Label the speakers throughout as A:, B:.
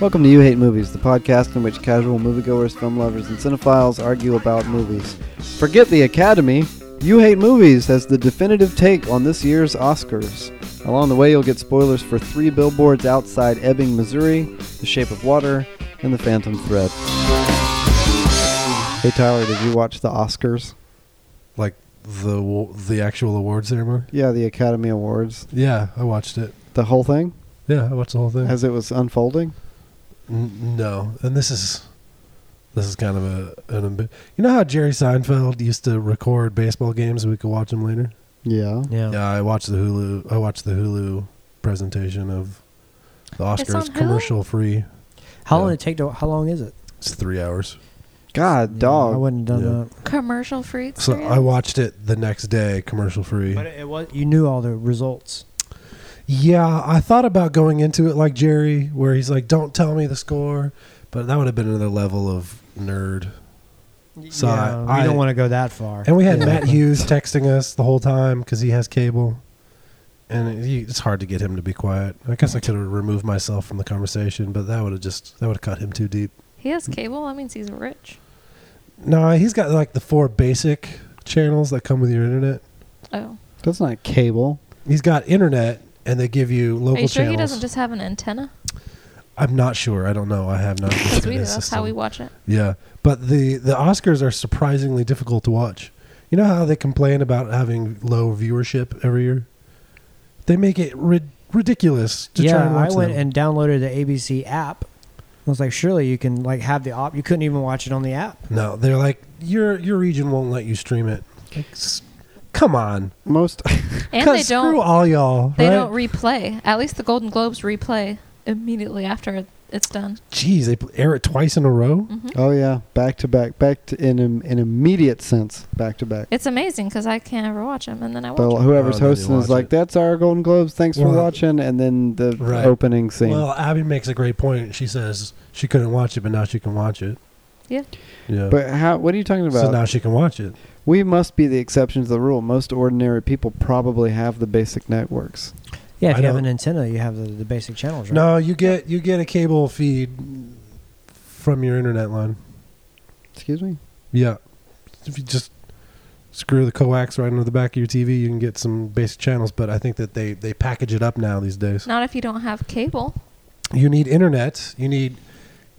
A: Welcome to You Hate Movies, the podcast in which casual moviegoers, film lovers, and cinephiles argue about movies. Forget the Academy. You Hate Movies has the definitive take on this year's Oscars. Along the way, you'll get spoilers for three billboards outside Ebbing, Missouri, The Shape of Water, and The Phantom Thread. Hey, Tyler, did you watch the Oscars?
B: like the wa- the actual award ceremony.
A: Yeah, the Academy Awards.
B: Yeah, I watched it.
A: The whole thing
B: Yeah, I watched the whole thing.
A: as it was unfolding?
B: N- no, and this is this is kind of a an ambi- you know how Jerry Seinfeld used to record baseball games so we could watch them later.
A: Yeah.
C: Yeah.
B: Yeah, I watched the Hulu. I watched the Hulu presentation of the
D: It's on
B: Oscars
D: Hulu?
B: commercial free.
C: How long
B: Yeah.
C: did it take to? How long is it?
B: It's three hours.
A: God, dog.
C: I wouldn't have done
B: Yeah.
C: that.
D: Commercial free.
B: So I watched it the next day, commercial free.
C: But it was. You knew all the results.
B: Yeah, I thought about going into it like Jerry, where he's like, "Don't tell me the score," but that would have been another level of nerd. So
C: yeah,
B: I-
C: we
B: I-
C: don't want to go that far.
B: And we had
C: Yeah.
B: Matt Hughes texting us the whole time because he has cable, and he, it's hard to get him to be quiet. I guess I could have removed myself from the conversation, but that would have just that would have cut him too deep.
D: he has cable. That means he's rich.
B: No, he's got like the four basic channels that come with your internet.
D: Oh,
A: That's not cable.
B: He's got internet, and they give you local
D: are you sure
B: channels.
D: he doesn't just have an antenna?
B: I'm not sure. I don't know. I have not.
D: Because
B: looked at
D: we do.
B: his
D: That's
B: system.
D: how we watch it.
B: Yeah, but the the Oscars are surprisingly difficult to watch. You know how they complain about having low viewership every year? They make it rid- ridiculous to try
C: yeah,
B: and watch
C: I went
B: them.
C: and downloaded the ABC app. I was like, surely you can like have the op. You couldn't even watch it on the app.
B: no, they're like your your region won't let you stream it. Like, s- come on,
A: Most
D: And
B: Cut-
D: they
B: screw
D: don't.
B: all y'all.
D: They
B: right?
D: don't replay. At least the Golden Globes replay immediately after it's done. Mm-hmm.
B: Jeez, they pl- air it twice in a row.
A: Oh yeah, back to back, back to in an an immediate sense, back to back.
D: It's amazing because I can't ever watch them, and then I watch.
A: But
D: 'em.
A: whoever's
B: Oh, then you
A: hosting is
B: watch
A: like,
B: it.
A: "That's our Golden Globes. Thanks for
B: Well,
A: watching." And then the
B: Right.
A: opening scene.
B: Well, Abby makes a great point. She says she couldn't watch it, but now she can watch it.
D: Yeah.
B: Yeah.
A: but how? What are you talking about?
B: so now she can watch it.
A: we must be the exception to the rule. Most ordinary people probably have the basic networks.
C: Yeah, if
B: I
C: you have
B: don't-
C: an antenna, you have the, the basic channels. Right?
B: No, you get you get a cable feed from your internet line.
A: Excuse me.
B: Yeah. If you just screw the coax right into the back of your TV, you can get some basic channels, but I think that they they package it up now these days.
D: Not if you don't have cable.
B: You need internet, you need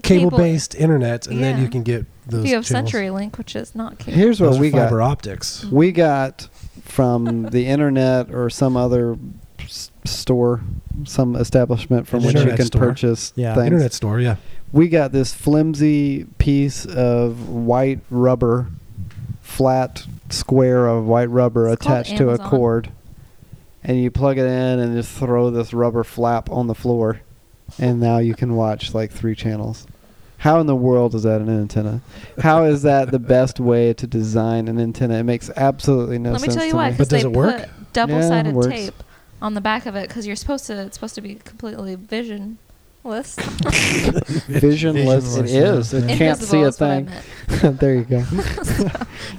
D: Cable.
B: cable-based internet and then
D: Yeah.
B: you can get those
D: If you have
B: channels.
D: CenturyLink, which is not cable.
A: Here's what
B: Those are
A: we got.
B: fiber optics.
A: We got from the internet or some other s- store, some establishment from which you
B: Internet
A: can
B: store.
A: purchase
C: Yeah.
A: things.
B: Internet store, yeah.
A: we got this flimsy piece of white rubber, flat square of white rubber
D: It's called
A: attached to a
D: Amazon.
A: cord. And you plug it in and just throw this rubber flap on the floor. And now you can watch like three channels. How in the world is that an antenna? How is that the best way to design an antenna? It makes absolutely no
D: Let me
A: sense
D: tell you
A: to
D: why.
A: me.
B: But
D: Because they
B: does it work?
D: put double-sided
A: works.
D: tape on the back of it because you're supposed to. It's supposed to be completely visionless.
A: Visionless, it
C: Visionless,
A: is.
C: yeah.
A: It can't
D: Invisible
A: see a
D: is what I
A: thing.
D: meant.
A: there you go.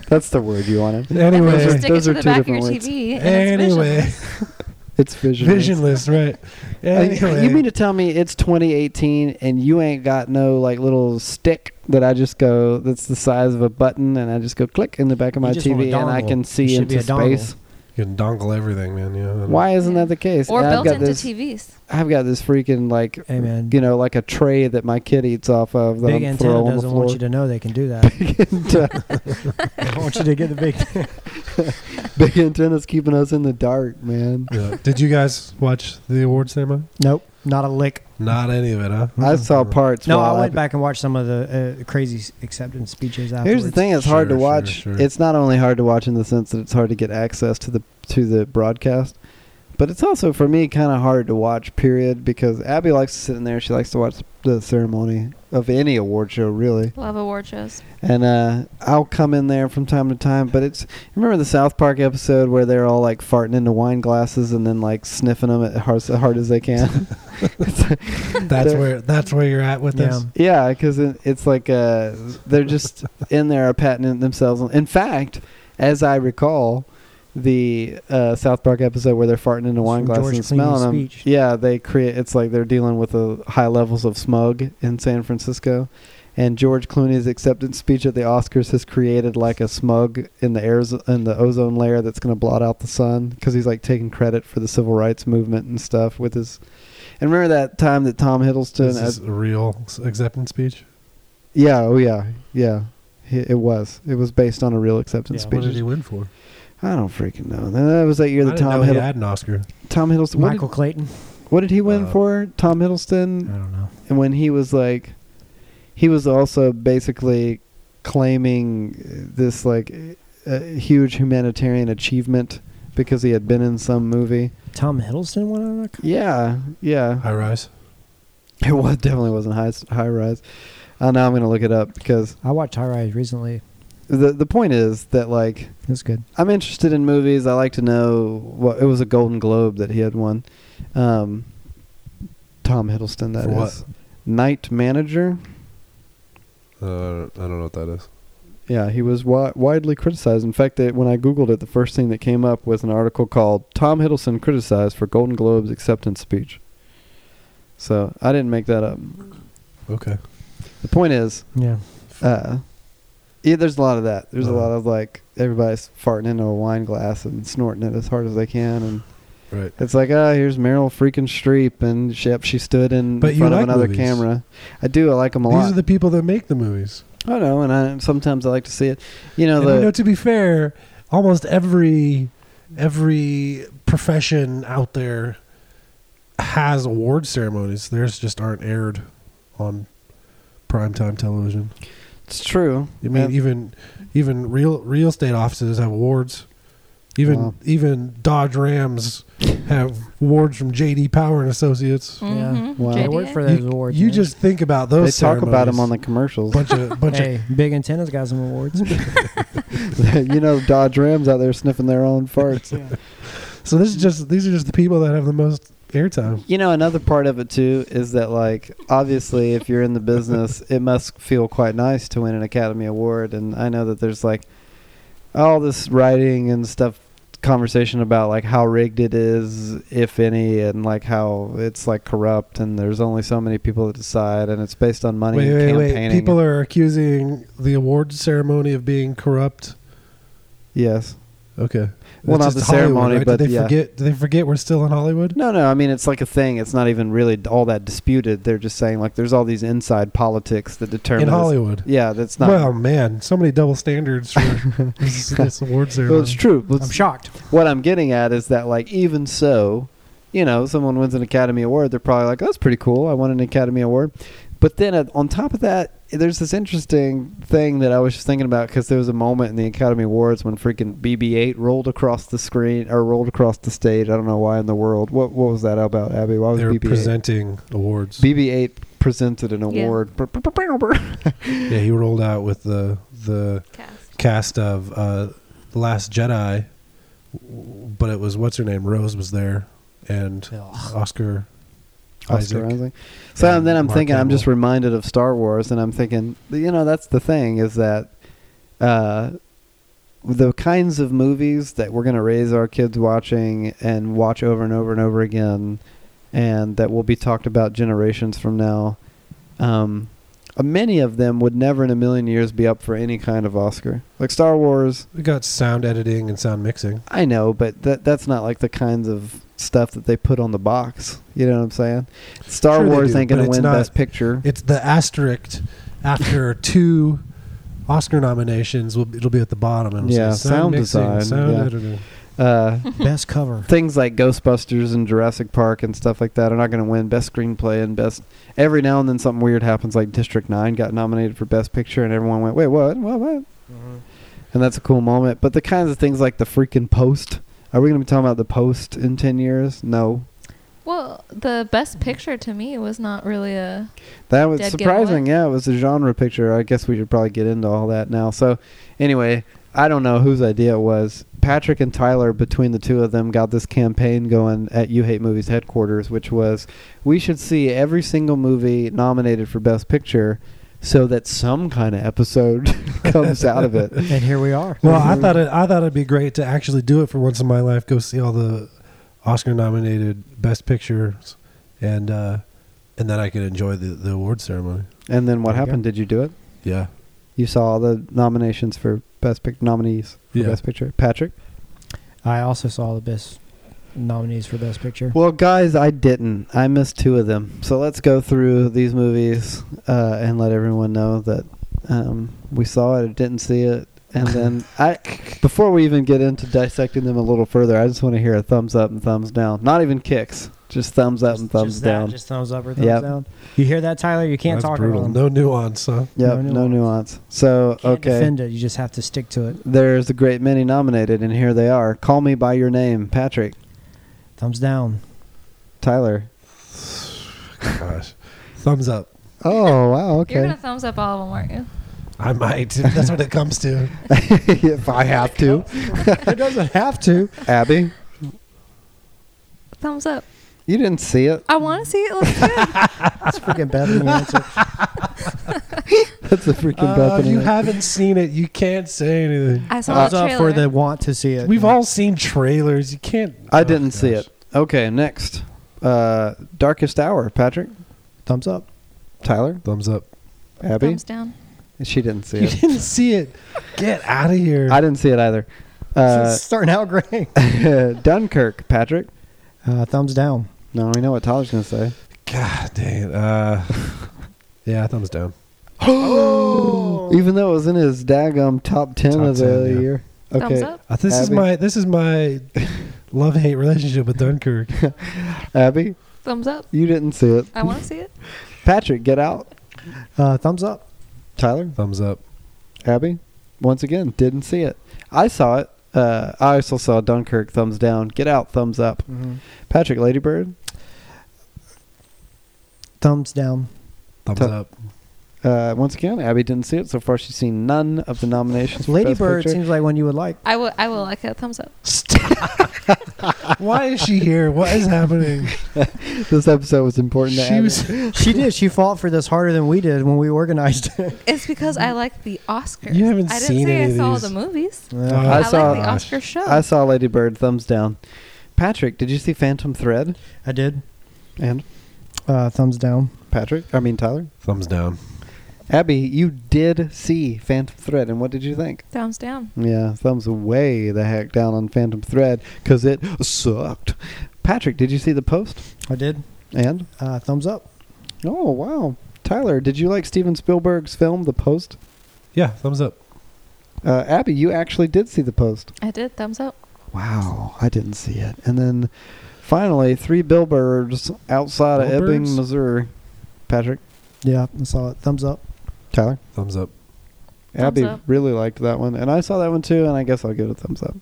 A: That's the word you wanted.
D: And then
B: Anyway,
D: you
A: Those are-
D: just stick it
A: those
D: to
A: are
D: the
A: two
D: back of your
A: different words.
D: TV. And it's
B: anyway,
D: visionless.
A: It's visionless.
B: visionless, right.
A: Uh, y-
B: Anyway.
A: You mean to tell me it's 2018 and you ain't got no like little stick that I just go that's the size of a button and I just go click in the back of
C: You
A: my
C: just want a
A: TV and I
C: dongle.
A: can
C: It
A: see
C: should be
A: into
C: a dongle.
A: space?
B: you can dongle everything, man. Yeah. I don't-
A: Why isn't that the case?
D: or
A: And
D: built
A: I've got
D: into
A: this,
D: TVs.
A: I've got this freaking like
C: Hey, man.
A: you know like a tray that my kid eats off of that I'm
C: Big antenna
A: throw on the
C: doesn't
A: floor.
C: want you to know they can do that. I want you to get the big.
A: Big antenna's keeping us in the dark, man.
B: Yeah. Did you guys watch the awards ceremony?
C: nope, not a lick.
B: Not any of it, huh?
A: I saw
B: part.
A: parts.
C: no,
A: while
C: I went back and watched some of the uh, crazy s- acceptance speeches afterwards.
A: Here's the thing: it's hard to
B: Sure, sure,
A: watch.
B: sure.
A: It's not only hard to watch in the sense that it's hard to get access to the to the broadcast, but it's also for me kind of hard to watch. Period, because Abby likes to sit in there. She likes to watch the ceremony of any award show, really.
D: Love award shows.
A: And uh, I'll come in there from time to time. But it's remember the South Park episode where they're all like farting into wine glasses and then like sniffing them as hard, as hard as they can.
B: That's
A: They're-
B: where that's where you're at with this.
C: Yeah.
A: Yeah, because it, it's like uh, they're just in there patenting themselves. In fact, as I recall, the uh, South Park episode where they're farting in a wine
C: from
A: glass
C: George
A: and smelling them.
C: Clooney's speech.
A: Yeah, they create. It's like they're dealing with the high levels of smug in San Francisco, and George Clooney's acceptance speech at the Oscars has created like a smug in the airs in the ozone layer that's going to blot out the sun because he's like taking credit for the civil rights movement and stuff with his. And remember that time that Tom Hiddleston
B: This
A: as-
B: is a real s- acceptance speech.
A: yeah, oh yeah, yeah. He- It was. It was based on a real acceptance
C: Yeah,
A: speech.
B: What did he win for?
A: I don't freaking know. That was that year
B: I
A: that
B: didn't
A: Tom
B: know he
A: Hiddle-
B: had an Oscar.
A: Tom Hiddleston. What
C: Michael
A: did,
C: Clayton.
A: what did he win
B: Uh,
A: for? Tom
B: I
A: Hiddleston.
B: don't know.
A: And when he was like, he was also basically claiming this like uh, huge humanitarian achievement because he had been in some movie.
C: Tom Hiddleston won an Oscar.
A: Yeah, yeah.
B: High rise.
A: It was definitely wasn't high high rise. Uh, now I'm gonna look it up because
C: I watched High Rise recently.
A: the the point is that like
C: That's good.
A: I'm interested in movies. I like to know what it was a Golden Globe that he had won. Um, Tom Hiddleston, that is.
B: For what?
A: Night Manager.
B: Uh, I don't know what that is.
A: Yeah, he was wi- widely criticized. In fact, they, when I googled it, the first thing that came up was an article called "Tom Hiddleston criticized for Golden Globes acceptance speech." So I didn't make that up.
B: Okay.
A: The point is,
C: Yeah.
A: uh, yeah, there's a lot of that. There's a
B: Uh-huh.
A: lot of like everybody's farting into a wine glass and snorting it as hard as they can, and
B: Right.
A: It's like, ah, here's Meryl freaking Streep, and she, yep, she stood in
B: But you
A: front of
B: like
A: another
B: movies.
A: camera. I do. I like them a
B: These
A: lot.
B: are the people that make the movies.
A: I know, and I sometimes I like to see it. You know,
B: And,
A: the
B: you know, to be fair, almost every every profession out there has award ceremonies. Theirs just aren't aired on primetime television.
A: it's true.
B: I mean,
A: Yeah.
B: even even real real estate offices have awards. Even
A: Wow.
B: even Dodge Rams have awards from JD Power and Associates.
D: Mhm.
A: Wow.
D: JDA.
C: I worked for those
B: you,
C: awards.
B: you
C: man.
B: just think about
A: they
B: those.
A: talk about them
B: ceremonies.
A: on the commercials.
B: bunch of bunch
C: hey, Big Antenna's got some awards.
A: you know, Dodge Rams out there sniffing their own farts.
C: yeah.
B: of. So this is just these are just the people that have the most airtime.
A: You know, another part of it too is that, like, obviously, if you're in the business, it must feel quite nice to win an Academy Award. And I know that there's like all this writing and stuff, conversation about like how rigged it is, if any, and like how it's like corrupt, and there's only so many people that decide, and it's based on money
B: Wait,
A: and
B: wait,
A: campaigning.
B: wait! People are accusing the award ceremony of being corrupt.
A: yes.
B: Okay.
A: Well,
B: That's
A: not
B: just
A: the
B: Hollywood,
A: ceremony,
B: right?
A: but
B: Did they
A: yeah.
B: forget. Did they forget we're still in Hollywood?
A: No, no. I mean, it's like a thing. It's not even really all that disputed. They're just saying like there's all these inside politics that determine.
B: in
A: this-
B: Hollywood.
A: Yeah, that's not.
B: Well, man, so many double standards for this, this award ceremony.
A: Well, it's true. Let's-
C: I'm shocked.
A: what I'm getting at is that like even so, you know, someone wins an Academy Award, they're probably like, "That's pretty cool. I won an Academy Award." But then uh, on top of that, there's this interesting thing that I was just thinking about because there was a moment in the Academy Awards when freaking BB-8 rolled across the screen or rolled across the stage. I don't know why in the world. What what was that about, Abby? Why was
B: They're
A: BB-8?
B: presenting awards.
A: BB-8 presented an
D: Yeah.
A: award.
B: yeah, he rolled out with the the
D: Cast.
B: cast of uh, The Last Jedi, w- but it was what's her name? Rose was there, and Oscar.
A: Oscar
B: Isaac.
A: Isaac. So
B: and
A: and then I'm
B: Mark
A: thinking, I'm just
B: Hamill.
A: reminded of Star Wars, and I'm thinking, you know, that's the thing is that uh, the kinds of movies that we're going to raise our kids watching and watch over and over and over again, and that will be talked about generations from now, um, uh, many of them would never in a million years be up for any kind of Oscar. Like Star Wars,
B: We got sound editing and sound mixing.
A: I know, but that that's not like the kinds of stuff that they put on the box. You know what I'm saying? Star
B: Sure they
A: Wars
B: do,
A: ain't going
B: but
A: to
B: it's
A: win
B: not-
A: Best Picture.
B: It's the asterisk after two Oscar nominations. Will it'll be at the bottom. And it'll
A: Yeah,
B: say
A: sound
B: sound, mixing,
A: design,
B: sound
A: yeah.
B: editing.
A: Uh,
C: Best cover.
A: things like Ghostbusters and Jurassic Park and stuff like that are not going to win Best Screenplay and Best. Every now and then something weird happens, like District Nine got nominated for Best Picture, and everyone went, "Wait, what? What? What?"
B: Mm-hmm.
A: And that's a cool moment. But the kinds of things like the freaking Post. Are we going to be talking about the Post in ten years? No.
D: Well, the best picture to me was not really a.
A: That was
D: Dead
A: surprising. Yeah, it was a genre picture. I guess we should probably get into all that now. So, anyway, I don't know whose idea it was. Patrick and Tyler, between the two of them, got this campaign going at You Hate Movies headquarters, which was we should see every single movie nominated for Best Picture so that some kind of episode comes out of it.
C: And here we are.
B: Well,
A: Mm-hmm.
B: I thought it. I thought it'd be great to actually do it for once in my life. Go see all the Oscar-nominated Best Pictures, and uh, and then I could enjoy the, the award ceremony.
A: And then what
C: There you
A: happened? Did you do it?
B: Yeah,
A: You saw all the nominations for best pic nominees for
B: Yeah.
A: best picture. Patrick?
C: I also saw the best nominees for Best Picture.
A: Well, guys, I didn't. I missed two of them. So let's go through these movies uh, and let everyone know that um, we saw it or didn't see it. And then I, before we even get into dissecting them a little further, I just want to hear a thumbs up and thumbs down. Not even kicks, just thumbs up and
C: Just-
A: thumbs
C: just that,
A: down.
C: just thumbs up or thumbs
A: Yep.
C: down. You hear that, Tyler? You can't
B: That's
C: talk
B: brutal.
C: about it.
B: No nuance, huh?
A: yep,
C: no
A: no nuance. So
C: You can't
A: okay,
C: defend it. You just have to stick to it.
A: there's a great many nominated, and here they are. Call me by your name, Patrick,
C: Thumbs down.
A: Tyler.
B: Gosh, thumbs up.
A: Oh wow,
D: You're
A: okay.
D: gonna thumbs up all of them, aren't you?
B: I might. if That's what it comes to.
A: if I have to,
C: it doesn't have to.
A: Abby,
D: Thumbs up.
A: you didn't see it.
D: I want to see it. Looks good.
C: That's freaking better than the answer.
A: That's a freaking
B: Uh, if
A: Bethany.
B: you haven't seen it, you can't say anything.
D: I
A: Uh,
D: saw
C: Thumbs
D: the
C: up for
D: trailer.
C: the want to see it.
B: We've all seen trailers. You can't.
A: I
B: oh,
A: didn't see
B: gosh.
A: it. Okay, next. Uh, Darkest Hour, Patrick,
C: thumbs up.
A: Tyler,
B: Thumbs up.
A: Abby.
D: thumbs down.
A: She didn't see
B: You
A: it.
B: didn't see it. Get out of here.
A: I didn't see it either. Uh,
C: It's starting out great.
A: Dunkirk, Patrick.
C: Uh, thumbs down.
A: No, we know what Tyler's gonna say.
B: God dang it. Uh, yeah, thumbs down.
A: Even though it was in his daggum top ten
B: Top
A: of the
B: 10, yeah.
A: year.
D: Thumbs
A: Okay,
D: up.
B: Uh, this is
A: Abby?
B: my this is my love hate relationship with Dunkirk.
A: Abby,
D: Thumbs up.
A: you didn't see it.
D: I want to see it.
A: Patrick, get out.
C: Uh, thumbs up.
A: Tyler,
B: Thumbs up.
A: Abby, once again, didn't see it. I saw it. Uh, I also saw Dunkirk, thumbs down. Get out, thumbs up.
B: Mm-hmm.
C: Mm-hmm.
A: Patrick, Ladybird,
C: Thumbs down.
B: Thumbs
A: Thu-
B: up.
A: Uh, once again, Abby didn't see it. So far, she's seen none of the nominations. for
C: Lady
A: Best
C: Bird
A: Picture.
C: seems like one you would like.
D: I will. I will like it. Thumbs up.
B: Why is she here? What is happening?
A: this episode was important to
B: She
A: Abby.
B: was
C: she did. She fought for this harder than we did when we organized it.
D: It's because I like the Oscars.
B: You haven't
D: I didn't
B: seen
D: say
B: any
D: I
B: of
D: saw
B: these.
D: the movies.
A: I
B: Oh.
D: I,
A: saw-
D: like the
B: Gosh.
D: Oscar show.
A: I saw Lady Bird, thumbs down. Patrick, did you see Phantom Thread?
C: I did.
A: And
C: Uh, thumbs down.
A: Patrick, I mean Tyler,
B: thumbs down.
A: Abby, you did see Phantom Thread, and what did you think?
D: thumbs down.
A: Yeah, thumbs way the heck down on Phantom Thread because it sucked. Patrick, did you see the post?
C: I did.
A: And
C: Uh, thumbs up.
A: oh wow, Tyler, did you like Steven Spielberg's film The Post?
B: Yeah, thumbs up.
A: Uh, Abby, you actually did see The Post.
D: I did. Thumbs up.
A: Wow, I didn't see it. And then finally, three billboards outside of Ebbing,
B: Billboards?
A: Missouri. Patrick,
C: Yeah, I saw it. Thumbs up.
A: Tyler,
B: Thumbs up.
D: Thumbs
A: Abby
D: up.
A: really liked that one, and I saw that one too. And I guess I'll give it a thumbs up.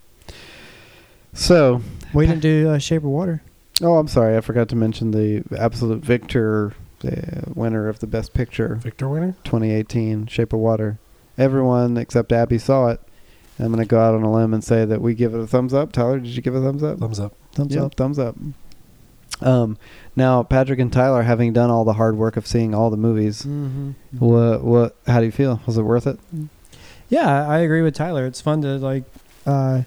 A: So,
C: We didn't do uh, Shape of Water.
A: oh, I'm sorry, I forgot to mention the absolute victor, the winner of the Best Picture,
B: Victor winner.
A: 2018, Shape of Water. Everyone except Abby saw it. I'm gonna go out on a limb and say that we give it a thumbs up. Tyler, did you give it a thumbs up?
B: Thumbs up.
C: Thumbs
A: Yeah,
C: up.
A: Thumbs up. Um, now Patrick and Tyler, having done all the hard work of seeing all the movies,
C: Mm-hmm.
A: what what how do you feel? Was it worth it?
C: Yeah, I agree with Tyler. It's fun to like uh,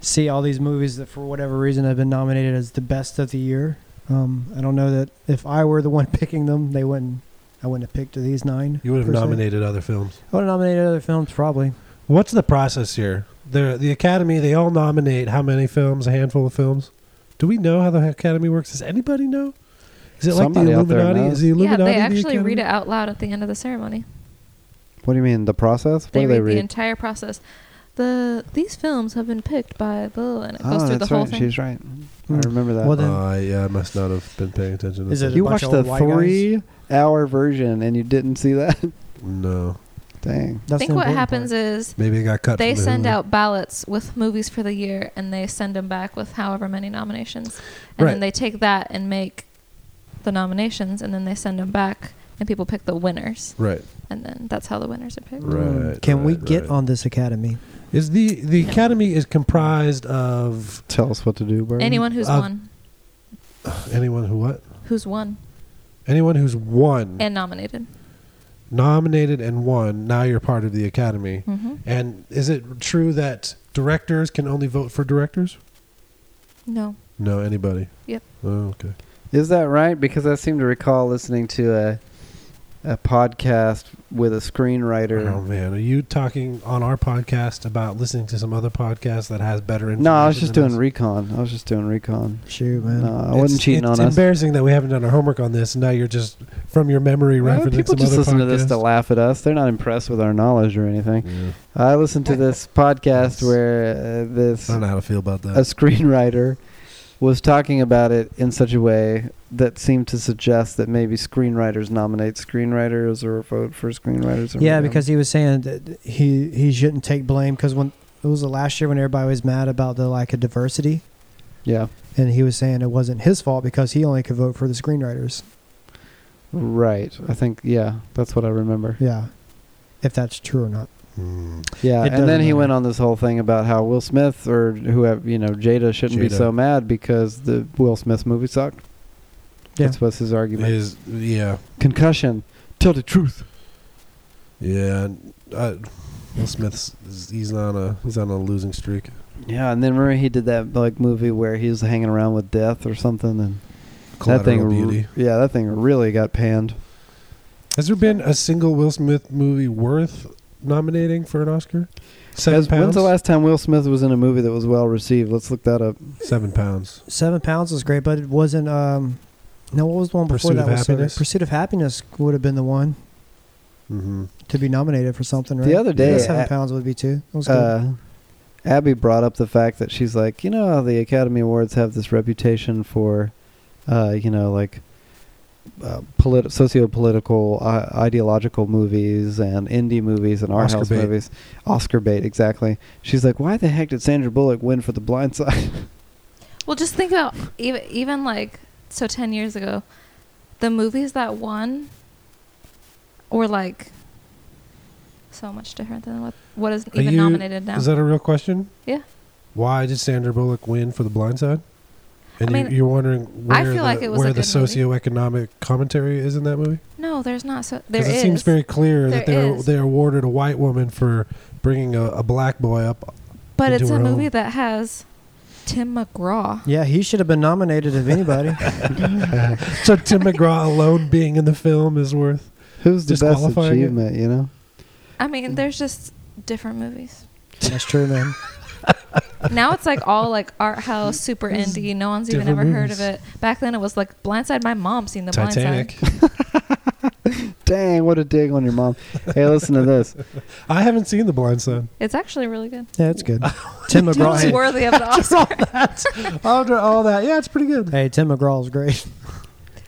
C: see all these movies that, for whatever reason, have been nominated as the best of the year. Um, I don't know that if I were the one picking them, they wouldn't. I wouldn't have picked these nine.
B: You would have
C: per se.
B: nominated other films.
C: I would have nominated other films probably.
B: What's the process here? The the Academy they all nominate how many films? A handful of films. Do we know how the Academy works? Does anybody know? Is it like
A: Somebody
B: the
A: out there
B: Illuminati?
A: knows.
B: Is the Illuminati
D: yeah, they
B: the
D: actually
B: Academy?
D: read it out loud at the end of the ceremony.
A: What do you mean the process? What
D: They
A: do
D: read,
A: they read?
D: the entire process. The these films have been picked by blah, and it
A: oh,
D: goes through the
A: that's
D: whole
A: right.
D: thing.
A: She's right. I
C: Mm.
A: remember that.
C: Well, then-
B: Uh, yeah, I must not have been paying attention. To
C: Is
B: that.
C: it
A: you
C: a bunch
A: watched
C: of
A: the
C: old white guys.
A: three-hour version and you didn't see that.
B: No,
A: Dang.
D: I
C: That's
D: think
C: the
D: what
C: important
D: happens
C: part.
D: is
B: maybe it got cut.
D: they
B: from the
D: send
B: Hulu.
D: out ballots with movies for the year, and they send them back with however many nominations, and
B: Right.
D: then they take that and make the nominations, and then they send them back, and people pick the winners,
B: Right.
D: and then that's how the winners are picked.
B: Right.
C: Mm. Can we
B: right,
C: get
B: right.
C: on this Academy?
B: Is the the
D: Yeah.
B: Academy is comprised of
A: Tell us what to do, Bird.
D: Anyone who's
B: Uh,
D: won,
B: anyone who what?
D: who's won
B: Anyone who's won
D: and nominated.
B: nominated and won, now you're part of the Academy.
D: hmm
B: And is it true that directors can only vote for directors?
D: No.
B: No, anybody.
D: Yep.
B: Oh, okay.
A: Is that right? Because I seem to recall listening to a a podcast with a screenwriter.
B: Oh man, are you talking on our podcast about listening to some other podcast that has better information?
A: no, I was just
B: than
A: doing
B: us?
A: recon. I was just doing recon.
C: Shoot, man.
A: No, I wasn't
B: It's-
A: cheating
B: it's
A: on us.
B: embarrassing that we haven't done our homework on this. and Now you're just from your memory
A: Well,
B: referencing
A: people
B: some
A: just
B: other
A: listen
B: podcast.
A: to this to laugh at us. They're not impressed with our knowledge or anything.
B: Yeah.
A: I listened to this podcast where uh, this
B: I don't know how to feel about that.
A: a screenwriter was talking about it in such a way that seemed to suggest that maybe screenwriters nominate screenwriters or vote for screenwriters. Or
C: Yeah,
A: whatever.
C: because he was saying that he he shouldn't take blame because when it was the last year when everybody was mad about the lack of diversity,
A: yeah,
C: and he was saying it wasn't his fault because he only could vote for the screenwriters.
A: right. I think yeah, that's what I remember.
C: Yeah, if that's true or not.
B: Hmm.
A: Yeah,
C: It
A: and then
C: doesn't
A: he
C: matter.
A: went on this whole thing about how Will Smith or whoever you know Jada shouldn't be
B: Jada.
A: so mad because the Will Smith movie sucked.
C: Yeah.
A: That's was his argument.
B: Is yeah,
A: Concussion. Tell the truth.
B: yeah. I, Will Smith's he's on a he's on a losing streak.
A: Yeah, and then remember he did that like movie where he was hanging around with death or something, and that thing,
B: Collateral beauty.
A: r- yeah, that thing really got panned.
B: Has there been a single Will Smith movie worth nominating for an Oscar? Seven
A: Has-
B: pounds.
A: When's the last time Will Smith was in a movie that was well received? Let's look that up.
B: Seven pounds.
C: Seven pounds was great, but it wasn't. Um, no, what was the one before
B: Pursuit
C: that?
B: of
C: was so good?
B: Happiness?
C: Pursuit of Happiness would have been the one
B: Mm-hmm.
C: to be nominated for something. Right?
A: The other day,
C: yeah, seven
A: a-
C: pounds would be two. That was good.
A: Uh, Abby brought up the fact that she's like, you know, how the Academy Awards have this reputation for, uh, you know, like uh, polit- socio-political, uh, ideological movies and indie movies and art
B: Oscar
A: house
B: bait.
A: movies. Oscar bait, exactly. She's like, why the heck did Sandra Bullock win for The Blind Side?
D: Well, just think about even even like so ten years ago, the movies that won were like so much different than what what is
B: Are
D: even
B: you-
D: nominated now.
B: Is that a real question?
D: Yeah.
B: Why did Sandra Bullock win for The Blind Side? And
D: I
B: you-
D: mean,
B: you're wondering where
D: I feel
B: the,
D: like it was a
B: where the
D: good movie.
B: socioeconomic commentary is in that movie?
D: no, there's not. So there
B: Because it
D: is.
B: seems very clear that
D: There
B: they're
D: is.
B: they awarded a white woman for bringing a, a black boy up.
D: but
B: into
D: it's a
B: her own-
D: movie that has Tim McGraw.
C: yeah, he should have been nominated if anybody.
B: So Tim McGraw alone being in the film is worth.
A: Who's the best
B: Disqualifying it?
A: achievement? You know,
D: I
B: Mm.
D: mean, there's just different movies.
C: that's true, man.
D: now it's like all like art house, super indie. No one's even
B: different
D: ever heard of it.
B: movies.
D: Back then, it was like Blindside. My mom seen the Blindside.
B: Titanic.
A: dang, what a dig on your mom. hey, listen to this.
B: I haven't seen The Blind Side.
D: It's actually really good.
C: Yeah, it's good. Tim McGraw.
D: Totally
C: hey,
D: worthy of the Oscar.
B: After all that, yeah, it's pretty good.
C: hey, Tim McGraw is great.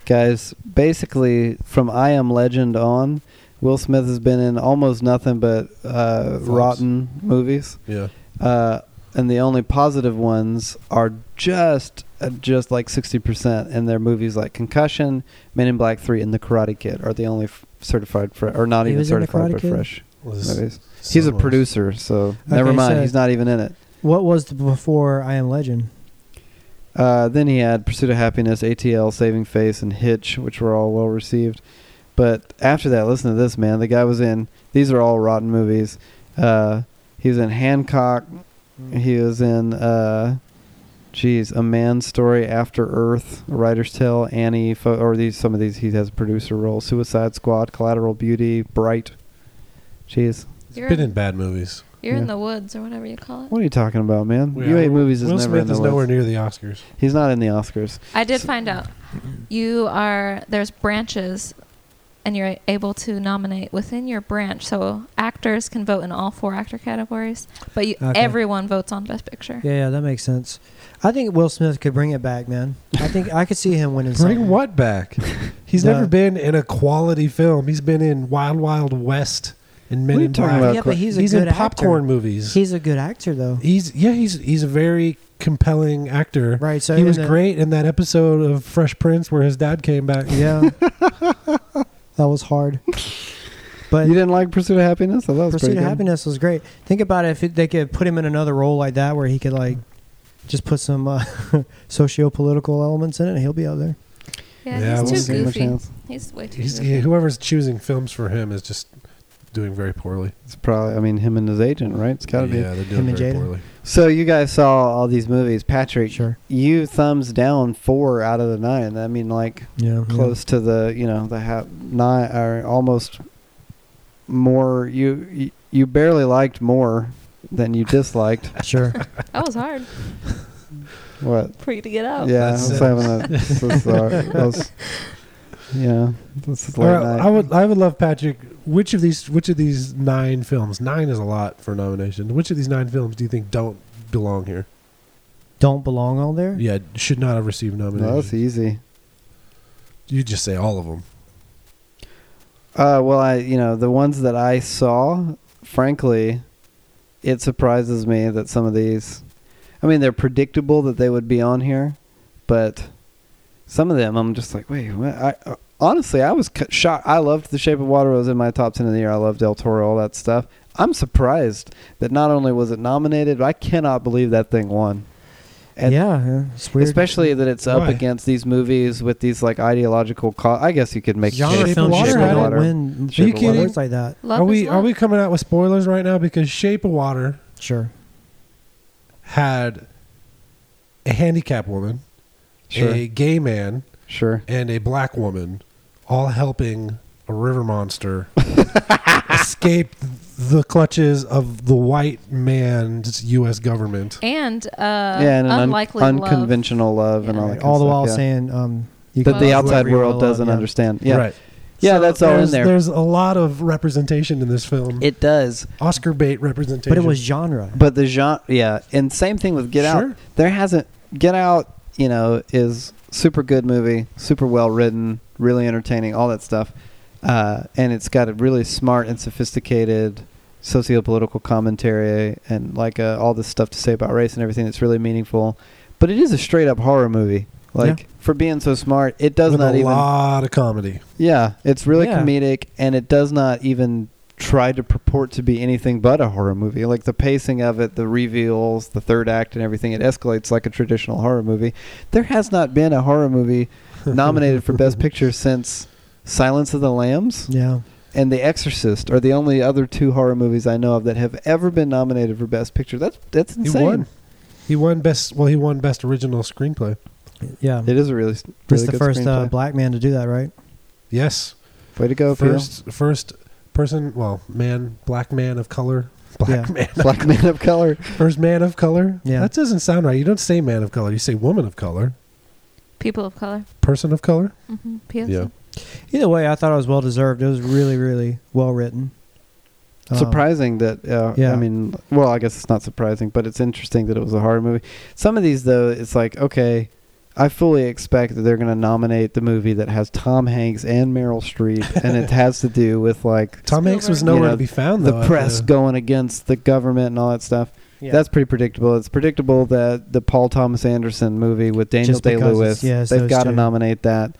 A: guys basically from i am legend on will smith has been in almost nothing but uh,
B: Flops.
A: rotten movies
B: Yeah.
A: uh, and the only positive ones are just uh, just like 60% and their movies like concussion men in black 3 and the karate kid are the only f- certified fre- or not
C: He
A: even
C: was in The
A: certified
C: Karate
A: but
C: Kid?
A: fresh
B: Was-
A: movies he's a
B: someone-
A: producer so never
C: Okay,
A: mind
C: so-
A: he's not even in it
C: What was the before I Am Legend?
A: Uh, then he had Pursuit of Happiness, ATL, Saving Face, and Hitch, which were all well received. But after that, listen to this, man. The guy was in, these are all rotten movies. Uh, he was in Hancock. He was in, uh, geez, A Man's Story, After Earth, A Writer's Tale, Annie, fo- or these some of these he has a producer role, Suicide Squad, Collateral Beauty, Bright. Jeez.
D: You're,
B: Been in bad movies.
D: you're in
A: yeah.
D: the woods or whatever you call it.
A: What are you talking about, man?
B: Yeah,
A: You hate
B: Will-
A: movies is
B: Will
A: never
B: Smith
A: in the
B: is
A: West.
B: nowhere near the Oscars.
A: He's not in the Oscars.
D: I did
A: So-
D: find out you are there's branches, and you're able to nominate within your branch. So actors can vote in all four actor categories, but you,
C: Okay.
D: everyone votes on Best Picture.
C: Yeah, yeah, that makes sense. I think Will Smith could bring it back, man. I think I could see him winning.
B: Bring
C: something.
B: what back? He's
C: The-
B: never been in a quality film. He's been in Wild Wild West and Men
A: What are you
B: in
A: talking
B: Black.
A: about?
C: Yeah, but he's a
B: he's
C: good
B: in popcorn
C: actor.
B: movies.
C: He's a good actor, though.
B: he's yeah, he's he's a very compelling actor.
C: Right. So
B: he
C: in
B: was
C: the-
B: great in that episode of Fresh Prince where his dad came back.
C: Yeah, that was hard. But
A: you didn't like Pursuit of Happiness? I thought it was
C: Pursuit
A: pretty
C: of
A: good.
C: Happiness was great. Think about it, if it, they could put him in another role like that, where he could like just put some uh, socio-political elements in it, and he'll be out there.
D: Yeah,
B: Yeah,
D: he's
B: we'll
D: too
B: see.
D: goofy. He's way too.
B: He's,
D: good.
B: he, whoever's choosing films for him is just doing very poorly.
A: It's probably, I mean, him and his agent, right? It's got to
B: yeah, they're doing
C: Him and
B: very
C: Jada.
B: poorly.
A: be. So you guys saw all these movies, Patrick.
C: Sure.
A: You thumbs down four out of the nine. I mean, like
C: Yeah.
B: Mm-hmm.
A: close to the, you know, the ha- nine or almost more. You you- you barely liked more than you disliked.
C: Sure.
D: That was hard
A: what?
D: for you to get out.
A: yeah, I
B: Oh, That's
A: was
B: it.
A: having a. This is, uh, I was- yeah, this is late
B: All right,
A: night.
B: I would I would love Patrick. Which of these which of these nine films? Nine is a lot for a nomination. Which of these nine films do you think don't belong here?
C: Don't belong on there.
B: Yeah, should not have received
A: no, that's
B: nomination.
A: easy.
B: you just say all of them.
A: Uh, well, I you know the ones that I saw, frankly, it surprises me that some of these. I mean, they're predictable that they would be on here, but some of them, I'm just like, wait, what? I uh, honestly, I was cu- shocked. I loved The Shape of Water was in my top ten of the year. I loved Del Toro, all that stuff. I'm surprised that not only was it nominated, but I cannot believe that thing won. And
C: yeah, yeah, it's weird.
A: Especially that it's up
B: Why?
A: against these movies with these like ideological. Co- I guess you could make
C: genre
A: Shape of
C: films
B: Water
C: just
B: had
C: don't
B: it.
C: win
A: Shape
C: big
A: of Water.
C: awards like that.
D: Love
B: are
D: is
B: we are
D: love.
B: we coming out with spoilers right now? Because Shape of Water
C: Sure.
B: had a handicapped woman,
A: Sure.
B: a gay man,
A: Sure.
B: and a black woman all helping a river monster escape the clutches of the white man's U.S. government.
D: And uh,
A: yeah, and an un-
D: unlikely love.
A: unconventional love, and
D: Yeah.
A: all that.
D: Right,
A: kind
C: All the
A: of
C: while
A: stuff, yeah.
C: saying um, you
A: that
D: can
A: the
D: love
A: outside
C: whoever you
A: world
C: wanna love,
A: doesn't
C: yeah.
A: understand. Yeah,
B: Right.
A: yeah,
B: So
A: that's all in
B: there's-
A: there.
B: There's a lot of representation in this film.
A: It does,
B: Oscar bait representation.
C: But it was genre.
A: but the genre. Yeah, and same thing with Get Out.
B: Sure.
A: There hasn't Get Out. You know, is super good movie, super well written, really entertaining, all that stuff, uh, and it's got a really smart and sophisticated socio-political commentary and like uh, all this stuff to say about race and everything that's really meaningful. But it is a straight up horror movie. Like for being so smart, it does
B: With
A: not
B: a
A: even
B: lot of comedy.
A: Yeah, it's really
C: Yeah.
A: comedic, and it does not even try to purport to be anything but a horror movie. Like the pacing of it, the reveals, the third act, and everything, it escalates like a traditional horror movie. There has not been a horror movie nominated for Best Picture since Silence of the Lambs
C: yeah.
A: and The Exorcist are the only other two horror movies I know of that have ever been nominated for Best Picture. That's that's
B: He
A: insane.
B: won. He won best. Well, he won best original screenplay.
C: Yeah.
A: It is a really, s-
C: It's
A: really
C: the
A: good
C: first uh,
A: screenplay.
C: black man to do that, right?
B: Yes.
A: Way to go, Phil.
B: first, first person. Well, man, black man of color. Black
C: Yeah.
B: man.
A: Black man of color.
B: First man of color.
C: Yeah.
B: That doesn't sound right. You don't say man of color. You say woman of color.
D: People of color.
B: Person of color.
D: hmm POC.
B: Yeah.
C: Either way, I thought it was well deserved. It was really, really well written. Um,
A: surprising that uh, i
C: yeah.
A: mean well i guess it's not surprising but it's interesting that it was a horror movie some of these though it's like okay i fully expect that they're going to nominate the movie that has tom hanks and meryl streep and it has to do with like
B: Tom Hanks was
D: Spielberg.
B: nowhere
A: You know,
B: to be found. though,
A: the
B: at
A: press going against the government and all that stuff
C: yeah.
A: that's pretty predictable it's predictable that the paul thomas anderson movie with daniel
C: Just because it's-
A: day-lewis
C: yeah, it's
A: they've
C: those
A: got to
C: two.
A: nominate that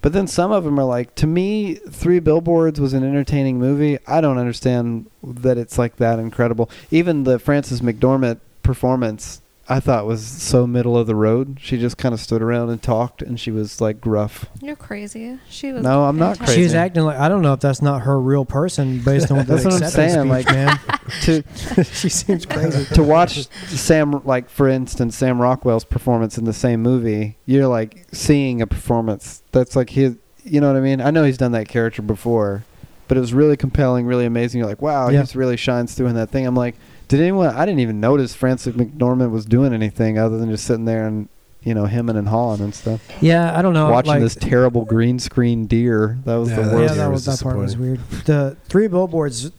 A: but then some of them are like to me three billboards was an entertaining movie i don't understand that it's like that incredible even the frances mcdormand performance i thought was so middle of the road she just kind of stood around and talked and she was like gruff
D: You're crazy. She was.
A: No, I'm not
D: fantastic.
A: crazy.
C: She was acting like I don't know if that's not her real person based on the
A: That's what I'm
C: acceptance
A: saying, like-
C: speech, man.
A: to
C: she seems crazy.
A: to watch Sam, like for instance, Sam Rockwell's performance in the same movie, you're like seeing a performance that's like his. You know what I mean? I know he's done that character before, but it was really compelling, really amazing. You're like, wow,
C: Yeah.
A: he's really shines through in that thing. I'm like, did anyone? I didn't even notice Francis McDormand was doing anything other than just sitting there and you know hemming and hawing and stuff,
C: Yeah, I don't know.
A: watching
C: like,
A: this terrible green screen deer. That was
B: Yeah,
A: the
B: that
A: worst.
C: yeah, that
B: was
C: was that part was weird. The Three Billboards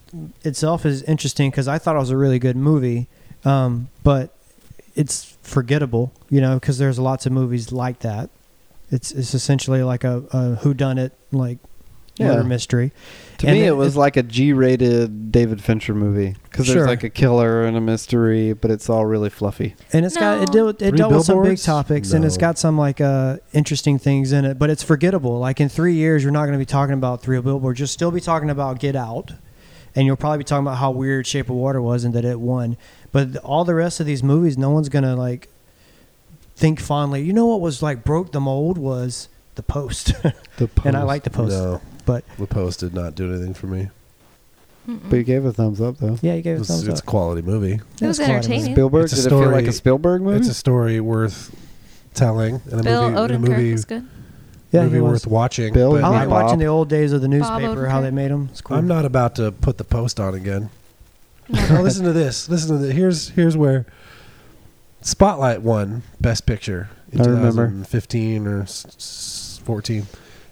C: itself is interesting because I thought it was a really good movie, um, but it's forgettable, you know, because there's lots of movies like that. It's it's essentially like a, a whodunit like
A: Yeah.
C: murder mystery.
A: To
C: And
A: me,
C: then
A: it was
C: it-
A: like a G-rated David Fincher movie because
C: Sure.
A: there's like a killer and a mystery, but it's all really fluffy.
C: and it's got it
D: No.
C: dealt it
B: Three
C: dealt with some big
B: Billboards?
C: topics and it's
B: No.
C: got some like uh interesting things in it but it's forgettable like in three years you're not going to be talking about three billboards you'll still be talking about get out and you'll probably be talking about how weird shape of water was and that it won but th- all the rest of these movies no one's going to like think fondly you know what was like broke the mold was The Post,
B: The post,
C: And I like The Post.
B: No,
C: but
B: the post did not do anything for me.
A: But you gave it a thumbs up though.
C: yeah, you gave it a
B: It's,
C: thumbs
B: it's a
C: up.
B: quality movie.
D: It was
C: That's quality
D: entertaining.
A: Spielberg.
B: It's a
A: Did it feel like
B: story-
A: a Spielberg movie?
B: It's a story worth telling, and a
D: Bill
B: movie, a
D: Odenkirk
B: movie,
D: was good.
C: Yeah,
B: movie
C: he was.
B: worth watching.
A: Bill
B: but
C: I like
A: Bob.
C: watching the old days of the
D: Bob
C: newspaper, how
D: Odenkirk.
C: they made them. It's cool.
B: I'm not about to put the post on again. now
D: No.
B: Oh, listen to this. Listen to this. Here's here's where Spotlight won Best Picture in
A: I remember.
B: 2015 or s- s- 14.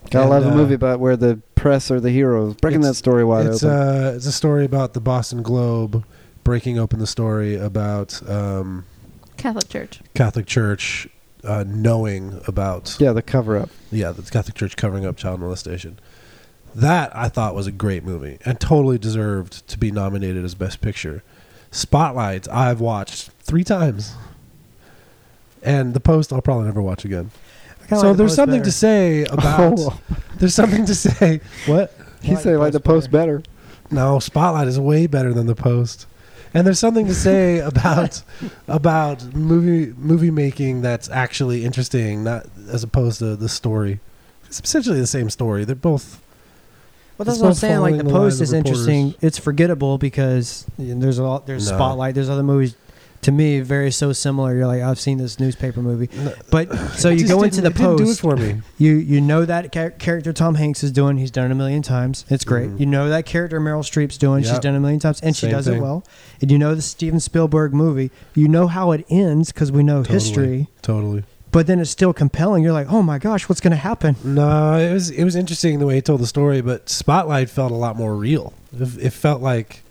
A: Gotta
B: And,
A: love a
B: uh,
A: movie about where the press are the heroes, breaking that
B: It's-
A: story wide
B: it's
A: open.
B: uh it's a story about the Boston Globe breaking open the story about um,
D: Catholic Church.
B: Catholic Church uh, knowing about
A: yeah, the cover up.
B: yeah, the Catholic Church covering up child molestation. That I thought was a great movie and totally deserved to be nominated as Best Picture. Spotlight, I've watched three times. And The Post, I'll probably never watch again.
C: I kinda
B: So
C: like The
B: there's
C: Post
B: something to
C: better.
B: say about.
A: Oh,
B: There's something to say. What?
A: he
C: like
A: said
C: the
A: like the
C: Post
A: post better.
B: No, Spotlight is way better than The Post. And there's something to say about about movie movie making that's actually interesting, not as opposed to the story. It's essentially the same story. They're both
C: Well, that's
B: It's
C: what I'm
B: not
C: saying. Like
B: following
C: the
B: the lines
C: post
B: of
C: is interesting.
B: reporters.
C: It's forgettable because you know, there's a lot. There's
B: No.
C: Spotlight. There's other movies. To me, very so similar. You're like, I've seen this newspaper movie,
B: No.
C: but so you
B: It
C: go
B: just
C: into the
B: didn't- it didn't
C: post.
B: do it for me.
C: You you know that char- character Tom Hanks is doing. He's done it a million times. It's great.
B: Mhm.
C: You know that character Meryl Streep's doing. She's
B: Yep.
C: done it a million times, and she
B: Same
C: does it
B: thing.
C: well. And you know the Steven Spielberg movie. You know how it ends because we know
B: Totally.
C: history.
B: Totally.
C: But then it's still compelling. You're like, oh my gosh, what's going to happen?
B: No, it was it was interesting the way he told the story, but Spotlight felt a lot more real. It, it felt like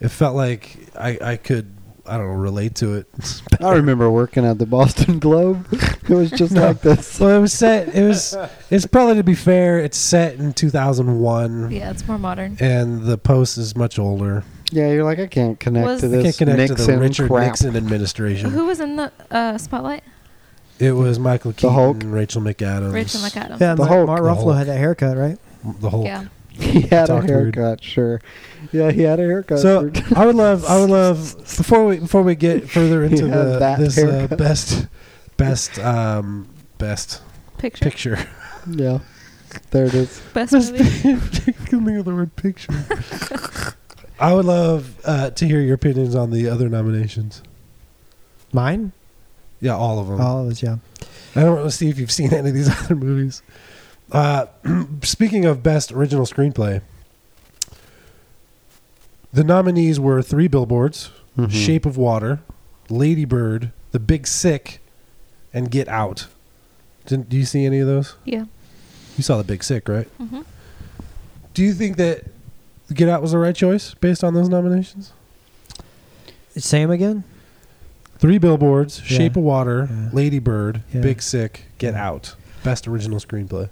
B: it felt like I, I could I don't know relate to it.
A: I remember working at the Boston Globe. It was just
B: No.
A: like this.
B: well, it was set. It was it's probably to be fair. It's set in two thousand one,
D: Yeah, it's more modern.
B: and the post is much older.
A: Yeah, you're like I can't connect
D: Was-
A: to
D: I
B: I
A: this
B: can't connect
A: Nixon
B: to the Richard
A: crap.
B: Nixon administration.
D: Who was in the uh, spotlight?
B: It was Michael Keaton,
A: Hulk?
B: Rachel McAdams,
D: Rachel McAdams.
C: Yeah,
A: The
C: Mark,
A: Hulk.
C: Mark
B: The
C: Ruffalo
B: Hulk.
C: had that haircut, right?
B: the Hulk.
D: Yeah.
A: He had a
B: Talked weird.
A: haircut, sure. Yeah, he had a haircut.
B: So
A: for-
B: I would love, I would love before we before we get further into
A: Yeah,
B: the
A: that
B: this uh,
A: haircut.
B: best best um, best
D: Picture.
B: picture.
A: yeah, there it is.
D: Best movie.
B: Give me the word picture. I would love uh, to hear your opinions on the other nominations.
C: Mine,
B: Yeah, all of them.
C: all of us, yeah.
B: I don't want to see if you've seen any of these other movies. Uh, speaking of best original screenplay, the nominees were Three Billboards,
C: Mm-hmm.
B: Shape of Water, Lady Bird, The Big Sick, and Get Out. Didn't, do you see any of those?
D: Yeah.
B: You saw The Big Sick, right?
D: hmm
B: Do you think that Get Out was the right choice based on those nominations?
C: Same again.
B: Three Billboards,
C: Yeah.
B: Shape of Water,
C: Yeah.
B: Lady Bird,
C: Yeah.
B: Big Sick, Get
C: Yeah.
B: Out. Best original screenplay.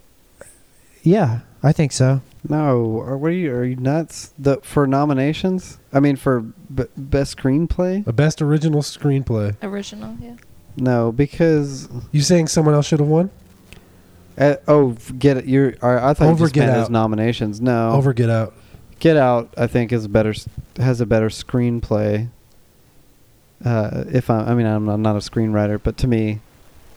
C: Yeah, I think so.
A: No, are what are you? Are you nuts? The for nominations? I mean, for b- best screenplay?
B: A best original screenplay.
D: Original. Yeah.
A: No, because
B: You saying someone else should have won?
A: uh, oh, get it. You're. I I thought
B: Over
A: you just
B: Get
A: meant as
B: Out.
A: nominations. No,
B: Over Get Out.
A: Get Out. I think is a better s- has a better screenplay. Uh, if I, I mean, I'm, I'm not a screenwriter, but to me,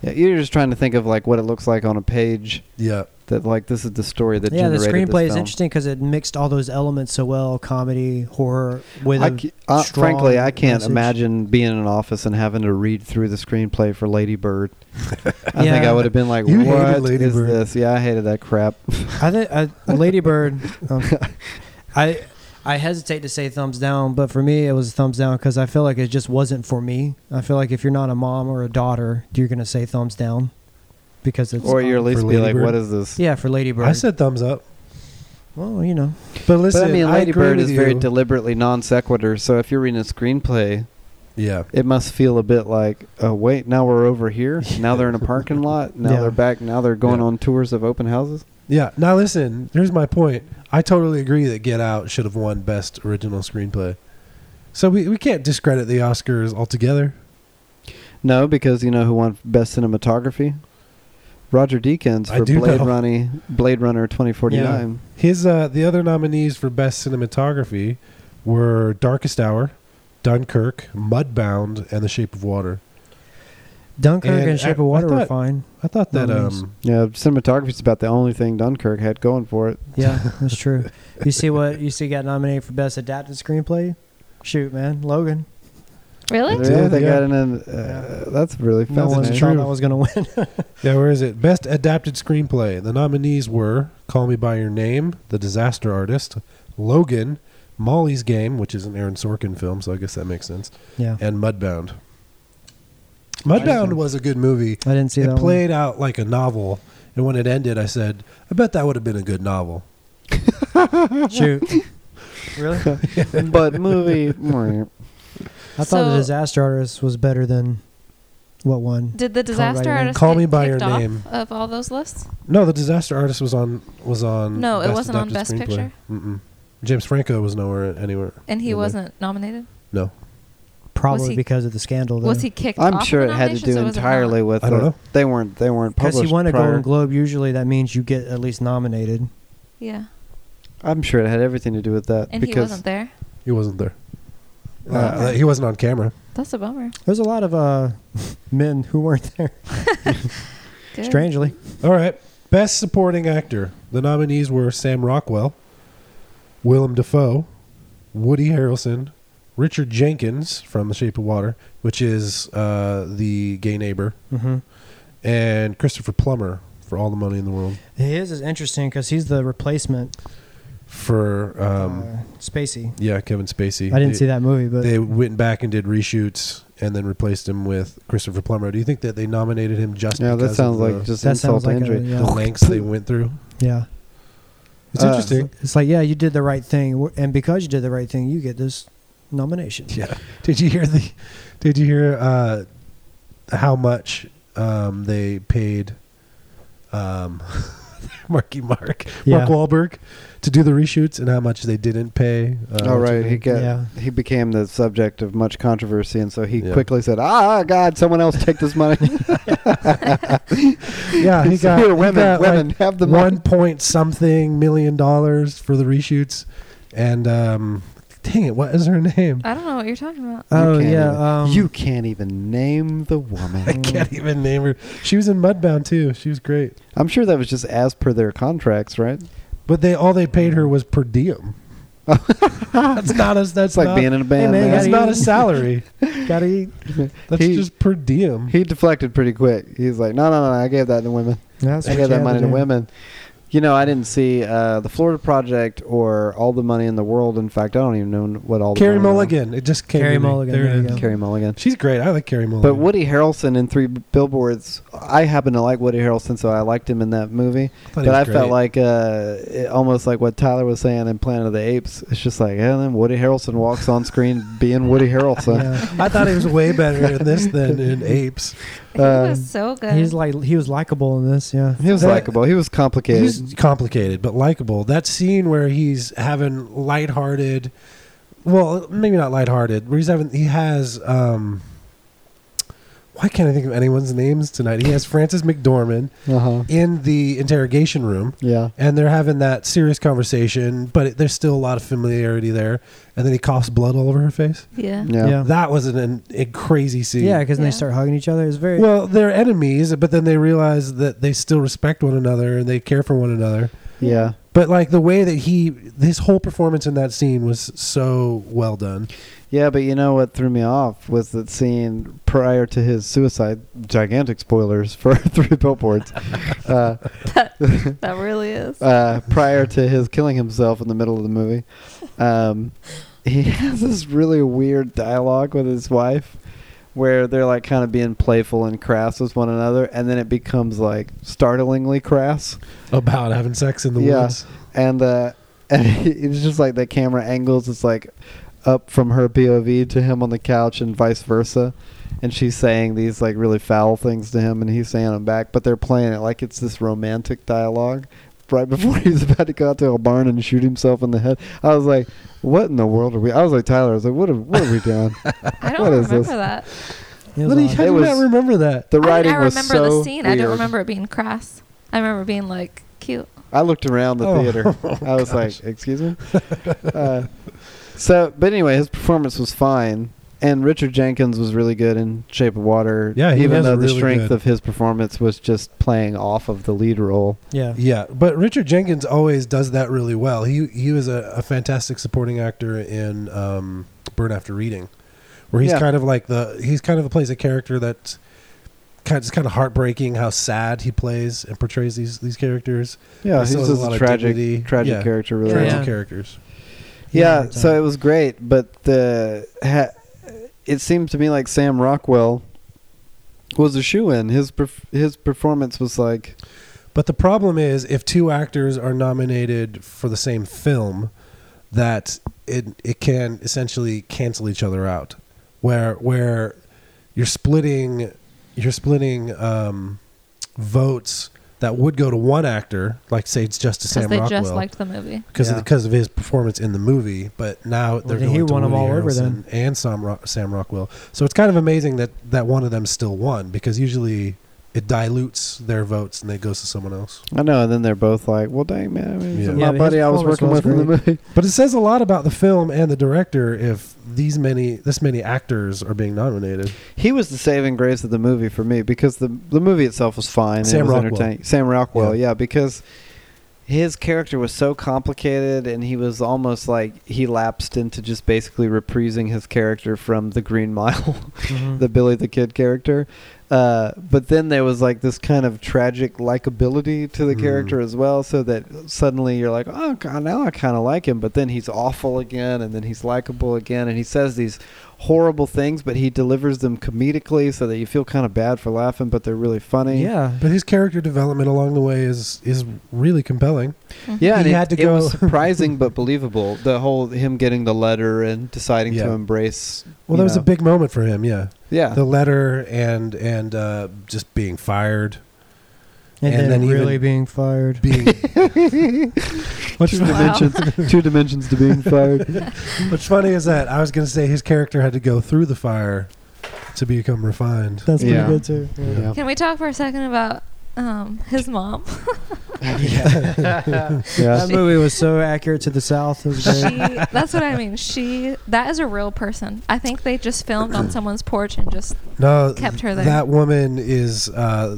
A: yeah, you're just trying to think of like what it looks like on a page.
B: Yeah.
A: That like this is the story that
C: yeah, the
A: generated this
C: screenplay is
A: film.
C: interesting because it mixed all those elements so well: comedy, horror, with
A: I
C: a-
A: ca- uh,
C: strong
A: frankly, I can't
C: message.
A: imagine being in an office and having to read through the screenplay for Lady Bird. I think
C: Yeah.
A: I would have been like,
B: You
A: "What is
B: hated Lady Bird."
A: this?" Yeah, I hated that crap.
C: I think uh, Lady Bird. um, I I hesitate to say thumbs down, but for me it was a thumbs down because I feel like it just wasn't for me. I feel like if you're not a mom or a daughter, you're gonna say thumbs down because it's
A: or you're at least
B: For
A: be
B: Lady
A: like,
B: Bird?
A: "What is this?"
C: yeah for Lady Bird.
B: I said thumbs up.
C: well, you know,
B: But listen,
A: but I mean, Lady
B: agree
A: Bird
B: with
A: is very
B: you.
A: deliberately non sequitur. So if you're reading a screenplay,
B: Yeah.
A: it must feel a bit like, "Oh wait, now we're over here. Now they're in a parking lot. Now
C: Yeah.
A: they're back. Now they're going
B: Yeah.
A: on tours of open houses."
B: Yeah. Now listen, here's my point. I totally agree that Get Out should have won Best Original Screenplay. So we, we can't discredit the Oscars altogether.
A: No, because you know who won best cinematography? Roger Deakins
B: I
A: for
B: do
A: Blade
B: know.
A: Runner, Blade Runner 2049.
B: His uh, the other nominees for Best Cinematography were Darkest Hour, Dunkirk, Mudbound, and The Shape of Water.
C: Dunkirk
B: And
C: and, Shape
B: I-
C: of
B: I
C: Water were
B: thought-
C: fine.
B: I thought that
C: Nominees.
B: um,
A: Yeah, cinematography's about the only thing Dunkirk had going for it.
C: Yeah, that's true. You see what you see got nominated for best adapted screenplay? Shoot, man, Logan.
D: Really?
B: It's-
A: Yeah,
B: did,
A: they
B: yeah.
A: got in. An, uh, that's really
C: No one
A: fascinating.
C: thought that was gonna win.
B: yeah, where is it? Best adapted screenplay. The nominees were Call Me by Your Name, The Disaster Artist, Logan, Molly's Game, which is an Aaron Sorkin film, so I guess that makes sense,
C: yeah,
B: and Mudbound. Mudbound was a good movie.
C: I didn't see
B: it
C: that.
B: played out like a novel, and when it ended, I said, "I bet that would have been a good novel."
C: one. Shoot, really?
A: but movie. mm,
C: I thought the
D: So-
C: disaster artist was better than what one?
D: Did the disaster
C: Your Name.
D: artist
B: Call
D: get
B: Me By
D: kicked
B: Your
D: off
B: Name.
D: of all those lists?
B: No, the Disaster Artist was on was on.
D: No, it
B: Best
D: wasn't on
B: Adapted
D: Best
B: Screenplay.
D: Picture?
B: Mm-mm. James Franco was nowhere anywhere.
D: And he
B: in there.
D: wasn't nominated.
B: No,
C: Probably
D: he-
C: because of the scandal. Though.
D: Was he kicked?
A: I'm
D: off
A: sure it
D: of the
A: had to
D: nominations
A: do
D: or was it
A: entirely
D: not?
A: with.
B: I don't
A: the-
B: know.
A: They weren't. They weren't
C: Because
A: published.
C: he won a
A: prior.
C: Golden Globe. Usually, that means you get at least nominated.
D: Yeah,
A: I'm sure it had everything to do with that
D: and he
A: Uh, because
D: wasn't there.
B: he wasn't there. Uh,
A: Uh,
B: he wasn't on camera.
D: That's a bummer.
C: There's a lot of uh, men who weren't there.
D: Good.
C: Strangely,
B: All right, Best Supporting Actor. The nominees were Sam Rockwell, Willem Dafoe, Woody Harrelson, Richard Jenkins from The Shape of Water, which is uh, the gay neighbor,
C: mm-hmm.
B: and Christopher Plummer for All the Money in the World
C: his is interesting because he's the replacement.
B: for um,
C: uh, Spacey.
B: yeah Kevin Spacey.
C: I didn't
B: They-
C: see that movie, but
B: they went back and did reshoots and then replaced him with Christopher Plummer. Do you think that they nominated him just
A: Yeah, that
B: because
A: sounds
B: of
A: like
B: the,
A: just
C: That
A: insult
C: sounds
A: to
C: like a-
A: injury.
C: yeah.
B: the lengths they went through?
C: yeah,
B: It's
A: Uh,
B: interesting.
C: it's like yeah, you did the right thing, w- and because you did the right thing, you get this nomination.
B: Yeah. Did you hear the? Did you hear uh, how much um, they paid um, Marky Mark
C: Yeah.
B: Mark Wahlberg to do the reshoots and how much they didn't pay? Uh,
A: Oh right, he got
C: Yeah.
A: he became the subject of much controversy, and so he
B: Yeah.
A: quickly said, "Ah, God, someone else take this money."
B: yeah, he got
A: Here,
B: he
A: women,
B: got, like,
A: women have the money.
B: one point something million dollars for the reshoots, and um, dang it, what is her name?
D: I don't know what you're talking about.
A: You
C: Oh
A: can't even-
C: yeah, um,
A: you can't even name the
B: I
A: woman.
B: can't e- even name her. She was in Mudbound too. She was great,
A: I'm sure that was just as per their contracts, right?
B: but they all they paid her was per diem. that's not a, that's
A: It's like
B: not,
A: being in a band.
C: man, you
B: that's
A: man.
C: gotta
B: not
C: eat.
B: a salary.
C: gotta eat.
B: That's
A: He-
B: just per diem.
A: he deflected pretty quick. He's like, "No, no, no, I gave that to women.
C: That's
A: I
C: what
A: gave
C: you
A: that
C: had
A: money to
C: do.
A: women." You know, I didn't see uh, the Florida Project or all the money in the world. In fact, I don't even know what all the
B: Carrie
A: money in the world-
B: Mulligan. It just came.
C: Carrie
B: to me.
C: Mulligan,
B: There it
C: there you
B: is.
C: go.
A: Carrie Mulligan.
B: She's great. I like Carrie Mulligan.
A: But Woody Harrelson in Three Billboards, I happen to like Woody Harrelson, so I liked him in that movie.
B: I thought he
A: But I
B: was
A: felt
B: great.
A: like uh, it- almost like what Tyler was saying in Planet of the Apes. It's just like, yeah, then Woody Harrelson walks on screen being Woody Harrelson.
C: Yeah.
B: I thought he was way better in this than in Apes.
D: He
A: Uh,
D: was so good.
C: He's like he was likable in this, yeah.
A: He was
B: That-
A: likable. He was complicated.
B: He's complicated, but likable. That scene where he's having lighthearted, well, maybe not lighthearted, where he's having, he has, um, why can't I think of anyone's names tonight? He has Francis McDormand
A: uh huh.
B: in the interrogation room,
A: Yeah.
B: and they're having that serious conversation, but it, there's still a lot of familiarity there. And then he coughs blood all over her face.
D: yeah.
A: Yeah.
C: Yeah.
B: That was an, an, a crazy scene.
C: Yeah, because
D: Yeah.
C: they start hugging each other. It's very
B: Well, they're enemies, but then they realize that they still respect one another and they care for one another.
A: Yeah.
B: But like the way that he, his whole performance in that scene was so well done.
A: Yeah, but you know what threw me off was that scene prior to his suicide. Gigantic spoilers for Three Billboards. uh,
D: that really is.
A: uh, prior to his killing himself in the middle of the movie. Um, he has this really weird dialogue with his wife where they're like kind of being playful and crass with one another, and then it becomes like startlingly crass.
B: About having sex in the
A: Yeah.
B: woods.
A: And, uh, and it's just like the camera angles, it's like up from her POV to him on the couch and vice versa. And she's saying these like really foul things to him, and he's saying them back, but they're playing it like it's this romantic dialogue right before he's about to go out to a barn and shoot himself in the head. I was like, what in the world are we? I was like, Tyler, I was like, what are, what are we doing?
D: I don't
A: what is
D: remember
A: this?
D: that.
C: it was
B: But he,
C: odd.
B: how do you
A: It
B: not
A: was-
B: remember that?
A: The
D: I,
A: writing
D: mean, I
A: was
D: remember
A: so
D: the scene. I
A: weird.
D: don't remember it being crass. I remember being like cute.
A: I looked around the
B: Oh.
A: theater. I was like, "Excuse me." uh, so, but anyway, his performance was fine. And Richard Jenkins was really good in Shape of Water.
B: Yeah, he
A: even
B: was
A: though the
B: really
A: strength
B: good.
A: of his performance was just playing off of the lead role.
C: Yeah.
B: Yeah, but Richard Jenkins always does that really well. He he was a, a fantastic supporting actor in um, Bird After Reading, where he's
A: Yeah.
B: kind of like the he's kind of plays a character that's kind of, it's kind of heartbreaking how sad he plays and portrays these these characters.
A: Yeah,
B: He
A: he's
B: still has
A: just
B: a
A: a,
B: lot of dignity.
A: tragic, tragic
B: Yeah.
A: character, really.
B: Tragic
A: well.
D: Yeah.
B: characters.
A: Yeah,
C: Yeah,
A: so it was great, but the ha, it seemed to me like Sam Rockwell was a shoe in. His perf- his performance was like
B: But the problem is if two actors are nominated for the same film, that it it can essentially cancel each other out. Where where you're splitting you're splitting um, votes that would go to one actor, like say it's just to
D: because
B: Sam
D: they
B: Rockwell,
D: just liked the movie.
B: because
A: Yeah.
B: of, because of his performance in the movie. But now they're
C: then
B: going
C: he
B: to
C: won 'em
B: Woody
C: all over
B: Harrelson
C: then.
B: and Sam Rock, Sam Rockwell. So it's kind of amazing that that one of them still won because usually it dilutes their votes and it goes to someone else.
A: I know, and then they're both like, "Well, dang man, I mean, it's
B: Yeah.
A: my
C: Yeah, but
A: buddy
C: his
A: I was working
C: performance
A: with in the
C: was
A: movie."
B: But it says a lot about the film and the director if these many this many actors are being nominated.
A: He was the saving grace of the movie for me because the the movie itself was fine.
B: Sam
A: it was
B: Rockwell.
A: entertaining. Sam Rockwell,
B: Yeah.
A: yeah, because his character was so complicated, and he was almost like he lapsed into just basically reprising his character from The Green Mile.
B: Mm-hmm.
C: Mhm.
A: the Billy the Kid character. Uh, but then there was like this kind of tragic likability to the
B: Mm.
A: character as well, so that suddenly you're like, oh, God, now I kind of like him. But then he's awful again, and then he's likable again, and he says these horrible things, but he delivers them comedically, so that you feel kind of bad for laughing, but they're really funny.
C: yeah.
B: But his character development along the way is is really compelling.
A: Yeah, and
B: He
A: it,
B: had to
A: it was
B: go-
A: surprising but believable. The whole him getting the letter and deciding to
B: Yeah.
A: embrace. you
B: Well, that was a
A: know.
B: big moment for him. Yeah,
A: yeah.
B: the letter and and uh, just being fired,
C: And,
B: And
C: then,
B: then
C: really
B: even-
C: being fired.
B: being what's,
A: Two
D: Wow.
A: dimensions, two dimensions to being fired.
B: what's funny is that I was going to say his character had to go through the fire to become refined.
C: That's pretty
A: Yeah.
C: good too.
A: Yeah.
D: Can we talk for a second about um, his mom?
A: Yeah.
C: That movie was so accurate to the South. It was
D: she,
C: great.
D: that's what I mean. She that is a real person. I think they just filmed on someone's porch and just
B: No,
D: Kept her there.
B: That woman is uh,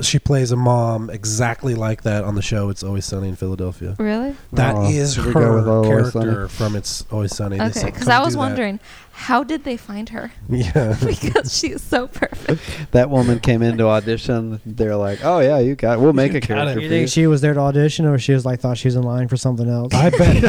B: she plays a mom exactly like that on the show. It's Always Sunny in Philadelphia.
D: really
B: That
A: Aw,
B: is
A: here Oh, we
B: her
A: go with Always Sunny.
B: character from It's Always Sunny. They
D: okay.
B: said,
D: Because
B: "Come
D: I was
B: do that."
D: wondering how did they find her
B: Yeah.
D: because she's so perfect.
A: that woman came into audition. They're like, "Oh yeah, you got. We'll make a
B: got it.
A: character
C: You
A: for you."
C: think she was there to audition, or she was like thought she was in line for something else?
B: I bet.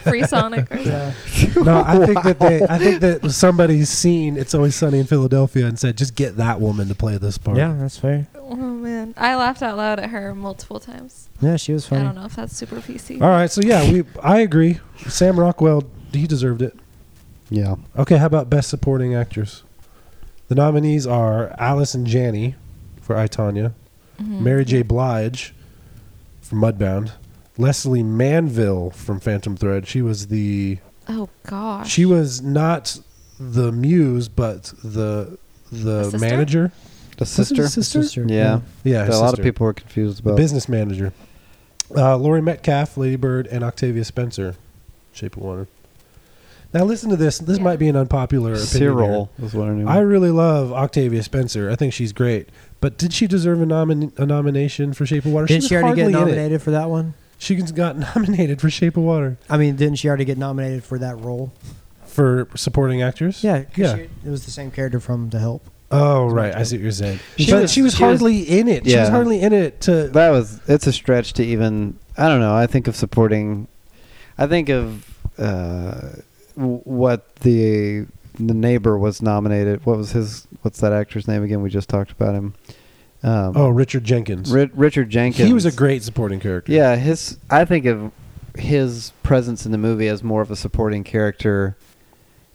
D: Free Sonic. Or something.
C: yeah.
B: No, I think that they. I think that somebody's seen "It's Always Sunny in Philadelphia" and said, "Just get that woman to play this part."
C: yeah, that's fair.
D: Oh man, I laughed out loud at her multiple times.
C: Yeah, she was
D: I
C: funny.
D: don't know if that's super PC.
B: All right. So yeah, we. I agree. Sam Rockwell. He deserved it.
A: yeah,
B: Okay, how about best supporting actress? The nominees are Allison Janney for I Tonya,
D: Mhm.
B: Mary J. Blige from Mudbound, Leslie Manville from Phantom Thread. She was the
D: Oh gosh.
B: she was not the muse, but the the
D: sister?
B: manager.
A: the
B: Was it
A: sister.
B: his sister?
A: Yeah,
B: Yeah,
A: That
B: his
A: a lot of
B: sister.
A: people were confused
B: The
A: about.
B: business manager. Uh, Lori Metcalf, Lady Bird, and Octavia Spencer, Shape of Water. Now listen to this. This
D: Yeah.
B: might be an unpopular opinion. here.
A: Cyril was what her name.
B: I
A: was.
B: really love Octavia Spencer. I think she's great. But did she deserve a, nomin- a nomination for Shape of Water?
C: Didn't
B: was
C: she already get
B: hardly in it.
C: nominated for that one?
B: She got nominated for Shape of Water
C: I mean, didn't she already get nominated for that role?
B: for supporting actress.
C: Yeah, 'cause
B: Yeah.
C: she- it was the same character from The Help.
B: Oh right, I see what you're saying.
A: She
B: She but
A: was-
B: she was
A: she was-
B: hardly in it. She was
A: Yeah.
B: hardly in it to.
A: That was. It's a stretch to even. I don't know. I think of supporting. I think of uh, w- what the the neighbor was nominated. What was his? What's that actor's name again? We just talked about him. Um,
B: oh, Richard Jenkins.
A: Ri- Richard Jenkins.
B: He was a great supporting character.
A: Yeah, his I think of his presence in the movie as more of a supporting character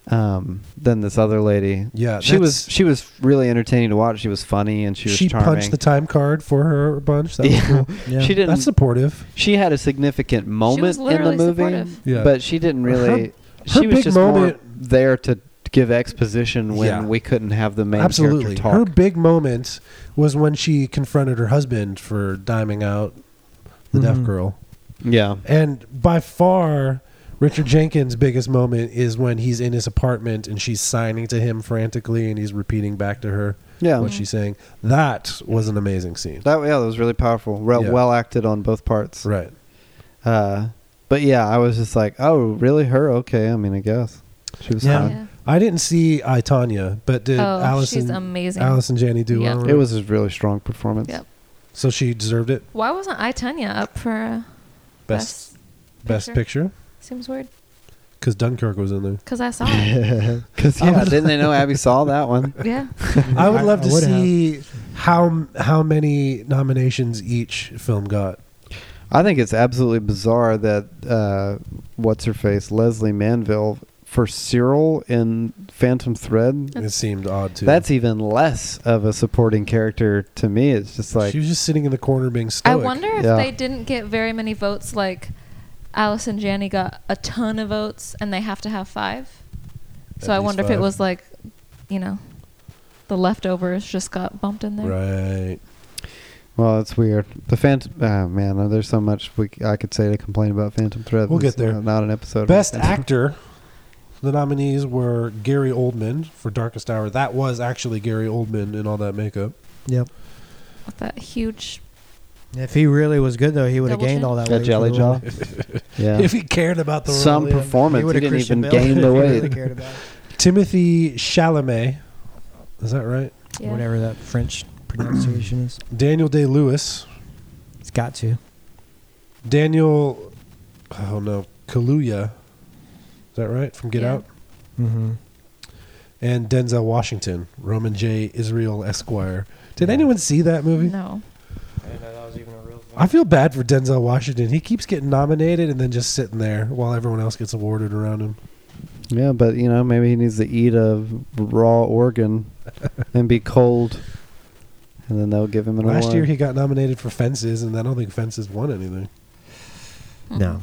A: um, than this other lady.
B: Yeah,
A: she was
B: that's-
A: she was really entertaining to watch. She was funny and she was
B: She
A: charming.
B: punched the time card for her a bunch. That
A: Yeah.
B: was cool.
C: Yeah.
A: She didn't.
B: That's supportive.
A: she had a significant moment in the
D: literally
A: movie,
D: supportive.
B: Yeah.
A: but she didn't really. she was
B: big
A: just
B: moment-
A: more there to give exposition when
B: Yeah.
A: we couldn't have the main
B: Absolutely.
A: character talk.
B: Her big moment was when she confronted her husband
A: Mm-hmm.
B: for diming out the deaf
C: Mhm.
B: girl.
A: yeah,
B: And by far, Richard Jenkins' biggest moment is when he's in his apartment and she's signing to him frantically and he's repeating back to her
A: Yeah.
B: what she's saying. That was an amazing scene.
A: Mm-hmm. That yeah, that was really powerful. Well,
B: Yeah.
A: well acted on both parts.
B: Right.
A: Uh, but yeah, I was just like, oh, really? Her? Okay. I mean, I guess she was
B: Yeah.
A: fine.
D: Yeah.
B: I didn't see I Tanya, but did
D: oh, she's
B: Allison
D: amazing.
B: Allison Janney do
D: Yeah.
B: one?
A: It was a really strong performance.
D: Yep.
B: so she deserved it.
D: Why wasn't I Tanya up for uh,
B: Best
D: best?
B: best, picture
D: Seems weird
B: because Dunkirk was in there.
D: because I saw it.
A: Because yeah, didn't they know Abby saw that one?
D: Yeah,
B: I would love
C: I
B: to
C: would have.
B: see how how many nominations each film got.
A: I think it's absolutely bizarre that uh, what's her face Leslie Manville for Cyril in Phantom Thread.
B: It seemed odd too.
A: That's even less of a supporting character to me. It's just like
B: she was just sitting in the corner being stoic.
D: I wonder if
A: Yeah.
D: they didn't get very many votes. Like Allison Janney got a ton of votes, and they have to have five. So
B: At
D: I
B: least
D: wonder if
B: five.
D: it was like, you know, the leftovers just got bumped in there.
B: Right.
A: Well, that's weird. The Phantom. Oh, man, there's so much we c- I could say to complain about Phantom Thread.
B: We'll
A: It's
B: get there.
A: not- Not an episode.
B: Best
A: Phantom-
B: actor. The nominees were Gary Oldman for Darkest Hour. That was actually Gary Oldman in all that makeup.
C: Yep.
D: With that huge.
C: If he really was good though, he would have
D: Double
C: gained
D: chin.
C: all that
A: That
C: weight.
A: jelly
C: for the
A: jaw?
C: role.
A: Yeah.
B: If he cared about the
A: Some
B: role, yeah.
A: performance. He,
C: would've
A: didn't
C: Christian
A: even
C: Bale
A: gain the
C: if he really
A: weight.
C: cared about it.
B: Timothy Chalamet. Is that right?
D: Yeah.
C: Whatever that French pronunciation is,
B: Daniel Day Lewis.
C: it's got to.
B: Daniel. Oh no, Kaluuya. Is that right from Get
D: Yeah.
B: Out?
C: Mm-hmm.
B: And Denzel Washington, Roman J. Israel Esquire. Did
C: Yeah.
B: anyone see that movie?
D: No.
C: I didn't know that was even a real thing.
B: I feel bad for Denzel Washington. He keeps getting nominated and then just sitting there while everyone else gets awarded around him.
A: Yeah, but you know, maybe he needs to eat a raw organ and be cold, and then they'll give him an
B: Last
A: award.
B: year he got nominated for Fences, and I don't think Fences won anything.
C: no,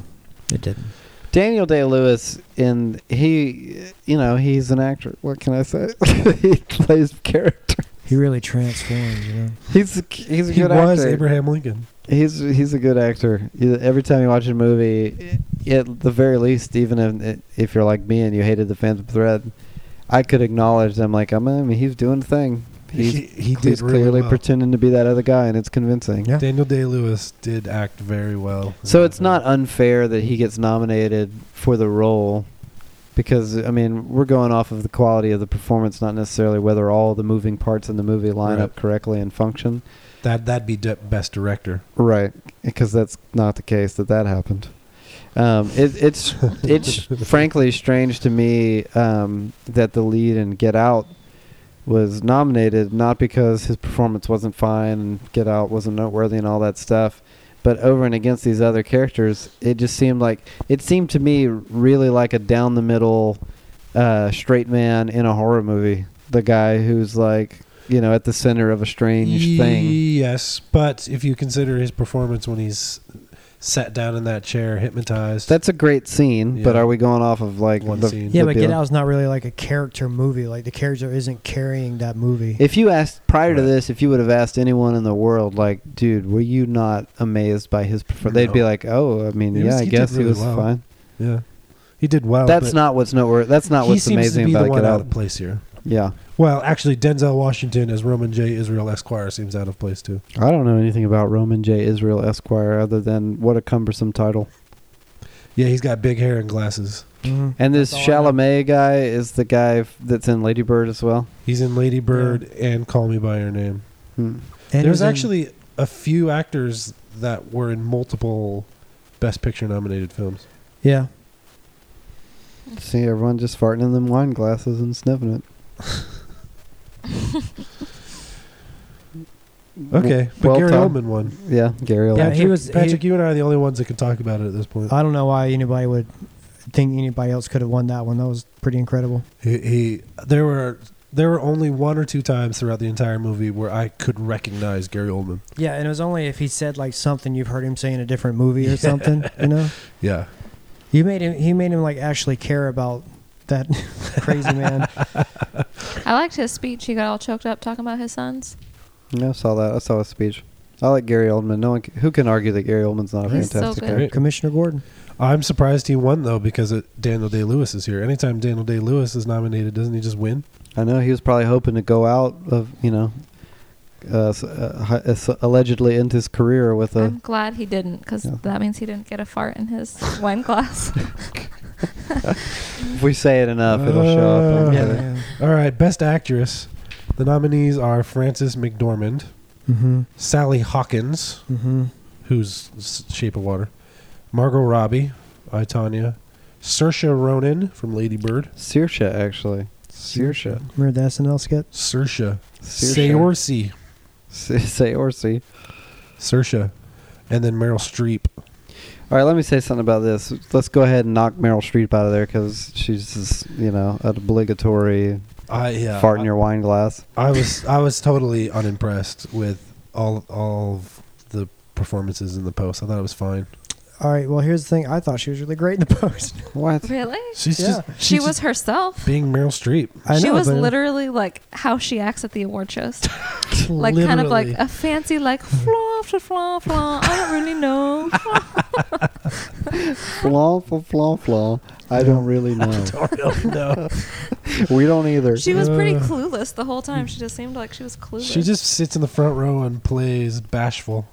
C: it didn't.
A: Daniel Day Lewis, and he, you know, he's an actor. What can I say? he plays character.
C: He really transformed. You know,
A: He's a, he's a
B: he
A: good
B: was
A: actor.
B: Abraham Lincoln.
A: He's he's a good actor. You- Every time you watch a movie, i- at the very least, even if, if you're like me and you hated the Phantom Thread, I could acknowledge them. Like, I'm, I mean, he's doing the thing. He's,
B: he he
A: he's
B: did really
A: clearly
B: well.
A: pretending to be that other guy, and it's convincing.
C: Yeah.
B: Daniel Day Lewis did act very well.
A: So it's not unfair that he gets nominated for the role, because I mean, we're going off of the quality of the performance, not necessarily whether all the moving parts in the movie line
B: Right.
A: up correctly and function.
B: that that'd be de- best director.
A: Right, because that's not the case that that happened. Um, it, it's it's frankly strange to me um, that the lead in Get Out was nominated not because his performance wasn't fine and Get Out wasn't noteworthy and all that stuff, but over and against these other characters, it just seemed like it seemed to me really like a down the middle uh, straight man in a horror movie. The guy who's like you know at the center of a strange thing.
B: Yes, but if you consider his performance when he's sat down in that chair, hypnotized.
A: That's a great scene, but
B: Yeah.
A: are we going off of like
B: One
A: the,
B: scene.
A: the
C: yeah, but Get
A: deal?
C: Out's not really like a character movie. Like the character isn't carrying that movie.
A: If you asked prior to
B: Right.
A: this, if you would have asked anyone in the world, like, dude, were you not amazed by his? Perfor-? They'd be
B: No.
A: like, oh, I mean,
B: He
A: yeah,
B: was-
A: I
B: he did
A: guess he
B: really
A: was
B: well.
A: fine.
B: yeah, he did well.
A: that's
B: but
A: not what's noteworthy. That's not
B: he
A: what's
B: seems to
A: amazing
B: be the
A: about
B: one
A: Get
B: out
A: Out.
B: of place here.
A: Yeah,
B: Well, actually, Denzel Washington as Roman J. Israel Esquire seems out of place too.
A: I don't know anything about Roman J. Israel Esquire other than what a cumbersome title.
B: Yeah, he's got big hair and glasses.
C: Mhm.
A: And this
C: That's all I know.
A: Chalamet guy is the guy f- that's in Lady Bird as well.
B: He's in Lady Bird and Call Me by Your Name.
A: Hmm.
C: And
B: There's
C: he's in-
B: actually a few actors that were in multiple Best Picture nominated films.
C: yeah.
A: See everyone just farting in them wine glasses and sniffing it.
B: Okay, but
A: well,
B: Gary
A: Tom-
B: Oldman won.
A: Yeah, Gary.
C: Yeah,
A: Oldman.
C: he was. he-
B: Patrick, you and I are the only ones that can talk about it at this point.
C: I don't know why anybody would think anybody else could have won that one. That was pretty incredible.
B: He, he there were there were only one or two times throughout the entire movie where I could recognize Gary Oldman.
C: Yeah, and it was only if he said like something you've heard him say in a different movie or something. You know,
B: Yeah,
C: you made him. He made him like actually care about that crazy man.
D: I liked his speech. He got all choked up talking about his sons.
A: Yeah, I saw that. I saw a speech. I like Gary Oldman. No one c- who can argue that Gary Oldman's not a
D: He's so
A: fantastic
D: good.
A: actor.
B: Great.
C: Commissioner Gordon.
B: I'm surprised he won though because it, Daniel Day Lewis is here. Anytime Daniel Day Lewis is nominated, doesn't he just win?
A: I know he was probably hoping to go out of you know, uh, s- uh, hi- uh, s- allegedly end his career with a.
D: I'm glad he didn't, because
A: Yeah.
D: that means he didn't get a fart in his wine glass.
A: If we say it enough, it'll show up.
B: Uh,
A: I'm
C: yeah.
A: sure.
B: All right, Best Actress. The nominees are Frances McDormand,
C: Mm-hmm.
B: Sally Hawkins,
C: Mm-hmm.
B: who's S- Shape of Water, Margot Robbie, I Tanya, Saoirse Ronan from Lady Bird,
A: Saoirse, actually. Saoirse.
C: Remember the SNL skit?
B: Saoirse,
A: Saoirse.
B: Saoirse,
A: Saoirse.
B: Saoirse, and then Meryl Streep.
A: All right, let me say something about this. Let's go ahead and knock Meryl Streep out of there because she's just, you know, an obligatory
B: I yeah,
A: fart in
B: I-
A: your wine glass.
B: I was I was totally unimpressed with all all of the performances in the post. I thought it was fine.
C: All right. Well, here's the thing. I thought she was really great in the post.
A: What?
D: really?
B: She's just
C: Yeah.
B: she's
D: She was
B: just
D: herself.
B: being Meryl Streep.
C: I
D: she
C: know,
D: was
C: but-
D: literally like how she acts at the award shows. like kind of like
B: Literally.
D: a fancy like flaw flaw flaw flaw. I don't really know.
A: Flaw, flaw, flaw, flaw. I don't really know.
B: don't really know.
A: we don't either.
D: she was pretty
B: Uh.
D: clueless the whole time. She just seemed like she was clueless.
B: she just sits in the front row and plays bashful.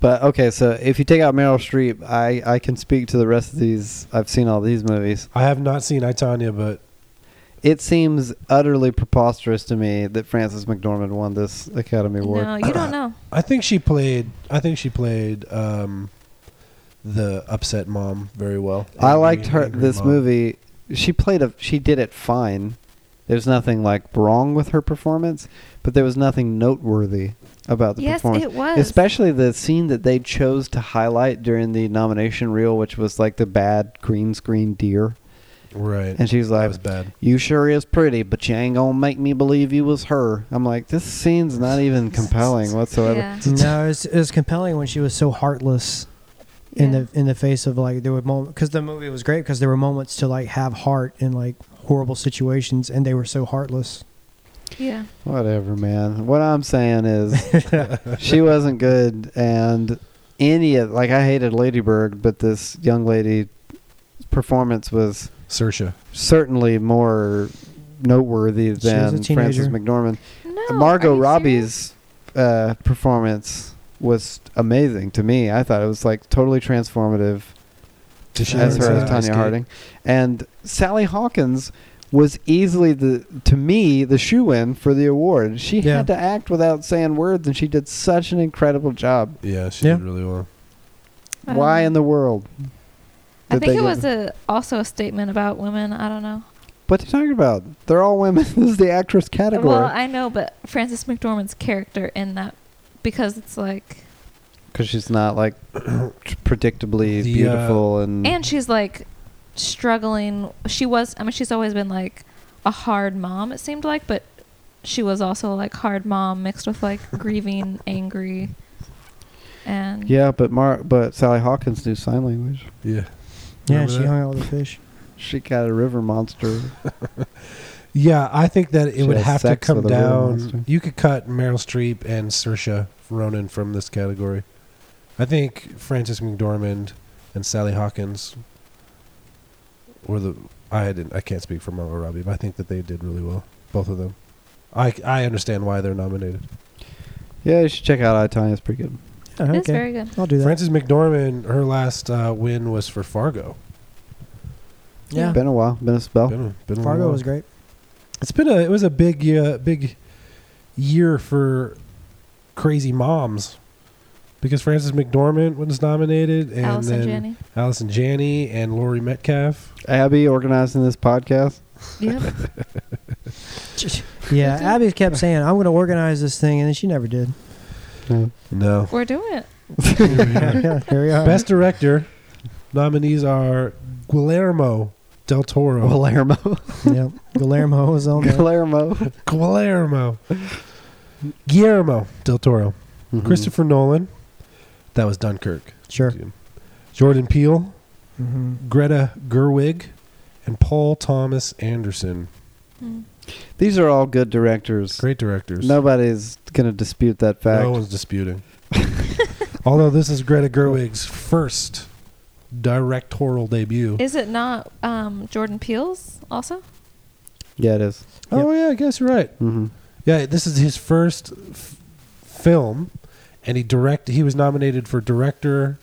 A: But okay, so if you take out Meryl Streep, I, I can speak to the rest of these. I've seen all these movies.
B: I have not seen I Tanya, but
A: It seems utterly preposterous to me that Frances McDormand won this Academy Award.
D: No, you don't know.
B: I think she played. I think she played um, the upset mom very well.
A: I
B: Angry-
A: liked her
B: angry
A: this
B: mom.
A: movie. She played a she did it fine. There's nothing like wrong with her performance, but there was nothing noteworthy about the
D: Yes,
A: performance.
D: it was.
A: Especially the scene that they chose to highlight during the nomination reel, which was like the bad green screen deer.
B: right?
A: And she was
B: that
A: like,
B: was bad.
A: You sure is pretty, but you ain't gonna make me believe you was her. I'm like, this scene's not even compelling whatsoever.
D: yeah.
C: No, it was, it was compelling when she was so heartless in
D: Yeah.
C: the in the face of like there were moments because the movie was great because there were moments to like have heart in like horrible situations and they were so heartless.
D: yeah.
A: Whatever, man. What I'm saying is, she wasn't good, and any of like I hated Lady Bird, but this young lady performance was
B: Sersha.
A: certainly more noteworthy
C: was a
A: than Frances
C: teenager.
A: McDormand.
D: No. Oh, are
A: Margot
D: you serious?
A: Robbie's uh, performance was amazing to me. I thought it was like totally transformative
B: Did she
A: as
B: ever
A: her as
B: say ice
A: Tanya
B: skate?
A: Harding, and Sally Hawkins was easily the to me the shoe in for the award. She
C: Yeah.
A: had to act without saying words, and she did such an incredible job.
B: Yeah, she
C: Yeah.
B: did really well.
D: I don't
A: Why
D: know.
A: in the world?
D: I
A: did
D: think
A: they
D: it
A: get-
D: was a, also a statement about women. I don't know.
A: What are you talking about? They're all women. this is the actress category.
D: Well, I know, but Frances McDormand's character in that because it's like
A: because she's not like predictably
B: The, uh,
A: beautiful and
D: and she's like struggling she was i mean she's always been like a hard mom it seemed like but she was also like hard mom mixed with like grieving angry and
A: yeah, but Mar- but Sally Hawkins knew sign language.
B: Yeah.
C: Yeah,
B: Remember
C: she
B: that?
C: hung out with the fish.
A: She got a river monster.
B: Yeah, I think that it
A: She
B: would
A: has
B: have to
A: sex
B: come
A: with a real monster.
B: down. You could cut Meryl Streep and Saoirse Ronan from this category. I think Frances McDormand and Sally Hawkins were the. I didn't. I can't speak for Margot Robbie, but I think that they did really well, both of them. I I understand why they're nominated.
A: yeah, you should check out I Tanya. It's pretty good.
C: Oh,
D: it's
C: okay.
D: very good
C: I'll do that.
B: Frances McDormand, her last uh, win was for Fargo.
C: yeah.
A: Been a while. Been a spell.
B: Been a- been a
C: Fargo
B: while.
C: was great.
B: It's been a. It was a big uh, big year for crazy moms because Frances McDormand was nominated, and
D: alice
B: then
D: and jenny
B: Allison Janney and Lori Metcalf.
A: Abby organizing this podcast.
D: yep
C: Yeah, Abby kept saying, "I'm going to organize this thing," and then she never did.
B: No.
D: we're doing it
C: yeah, here we are.
B: Best director nominees are Guillermo del Toro.
A: Palermo.
C: Yep. Guillermo was on there.
A: Palermo.
B: Mm-hmm. Guillermo. Guillermo del Toro. Christopher Nolan. That was Dunkirk.
C: Sure.
B: Jordan Peele.
C: hmm
B: Greta Gerwig, and Paul Thomas Anderson.
D: Mm.
A: These are all good directors.
B: Great directors.
A: Nobody's going to dispute that fact.
B: no one's disputing. Although this is Greta Gerwig's first directorial debut.
D: Is it not um, Jordan Peele's also?
A: Yeah, it is.
B: Oh yeah, I guess you're right.
A: Mm-hmm.
B: Yeah, this is his first f- film, and he direct. He was nominated for director,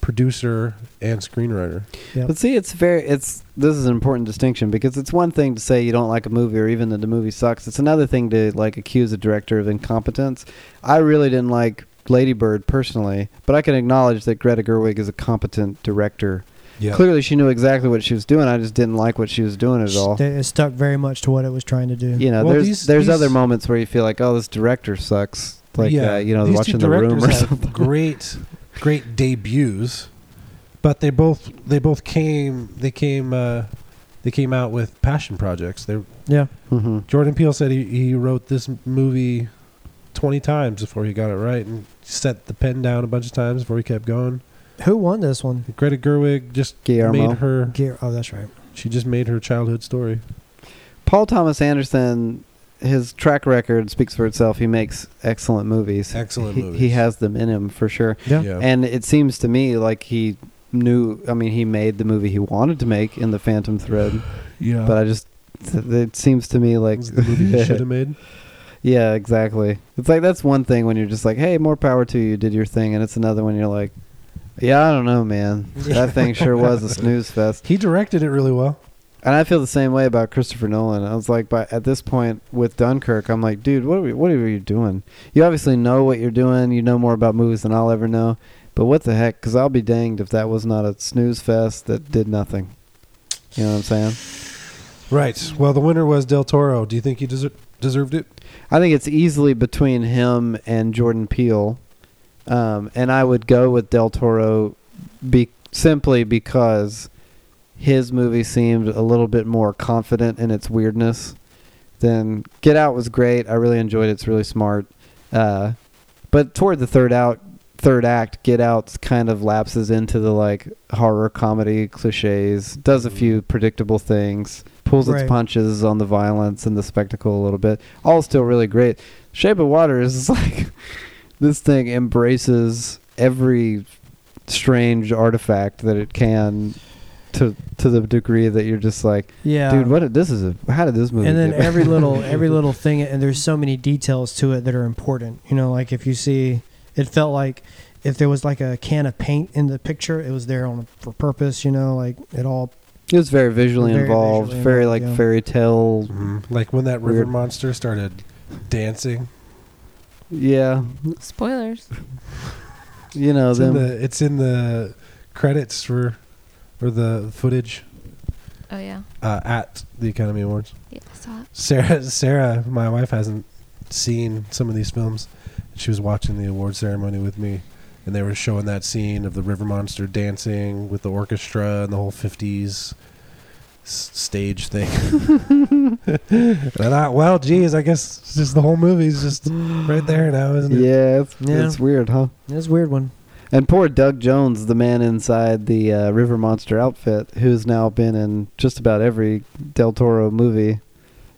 B: producer, and screenwriter.
C: Yep.
A: But see, it's very it's this is an important distinction because it's one thing to say you don't like a movie or even that the movie sucks. It's another thing to like accuse a director of incompetence. I really didn't like Lady Bird personally, but I can acknowledge that Greta Gerwig is a competent director.
B: Yeah,
A: Clearly, she knew exactly what she was doing. I just didn't like what she was doing at all.
C: St- It stuck very much to what it was trying to do.
A: You know,
B: Well,
A: there's
B: these-
A: there's
B: these-
A: other moments where you feel like, oh, this director sucks. Like, uh, you know,
B: these two
A: watching the room or
B: directors had
A: something.
B: Great, great debuts, but they both they both came they came uh, they came out with passion projects. They
C: Yeah.
A: hmm
B: Jordan Peele said he, he wrote this m- movie 20 times before he got it right and set the pen down a bunch of times before he kept going.
C: Who won this one?
B: Greta Gerwig just
A: Guillermo.
B: made her
C: Gear. Oh, that's right.
B: she just made her childhood story.
A: Paul Thomas Anderson, his track record speaks for itself. He makes excellent movies.
B: Excellent
A: he,
B: movies.
A: He has them in him for sure.
C: Yeah.
A: And it seems to me like he knew. I mean, he made the movie he wanted to make in the Phantom Thread,
B: yeah.
A: but I just th- it seems to me like
B: It was the movie he should have made.
A: yeah, exactly. It's like that's one thing when you're just like, hey, more power to you, you did your thing, and it's another when you're like, yeah, I don't know, man, that thing sure was a snooze fest.
B: He directed it really well.
A: And I feel the same way about Christopher Nolan. I was like, but at this point with Dunkirk, I'm like, dude, what are, we, what are you doing? You obviously know what you're doing. You know more about movies than I'll ever know. But what the heck? Because I'll be danged if that was not a snooze fest that did nothing. You know what I'm saying?
B: Right. Well, the winner was Del Toro. Do you think he deser- deserved it?
A: I think it's easily between him and Jordan Peele. Um, and I would go with Del Toro be- simply because his movie seemed a little bit more confident in its weirdness. Then Get Out was great. I really enjoyed it. It's really smart. Uh, but toward the third out, third act, Get Out kind of lapses into the like horror comedy cliches. Does a few predictable things. Pulls
C: Right.
A: its punches on the violence and the spectacle a little bit. All still really great. Shape of Water is like this thing embraces every strange artifact that it can to to the degree that you're just like
C: Yeah.
A: dude what did this is a, how did this movie
C: and then
A: get made?"
C: every little every little thing and there's so many details to it that are important you know like if you see it felt like if there was like a can of paint in the picture it was there on for purpose you know like it all
A: it was very visually
C: Very
A: involved
C: visually
A: very like
C: involved, yeah.
A: fairy tale
B: Like when that river
A: Weird.
B: monster started dancing.
A: yeah
D: Spoilers.
A: you know
B: It's in
A: them
B: the it's in the credits for or the footage
D: Oh yeah,
B: uh, at the Academy Awards.
D: yeah, I saw it.
B: Sarah, Sarah, my wife hasn't seen some of these films. She was watching the award ceremony with me, and they were showing that scene of the river monster dancing with the orchestra and the whole '50s s- stage thing. and I thought, well, geez, I guess it's just the whole movie's just right there now, isn't it?
A: yeah it's,
C: Yeah.
A: it's weird huh
C: it's a weird one
A: and poor doug jones the man inside the uh, river monster outfit who's now been in just about every del toro movie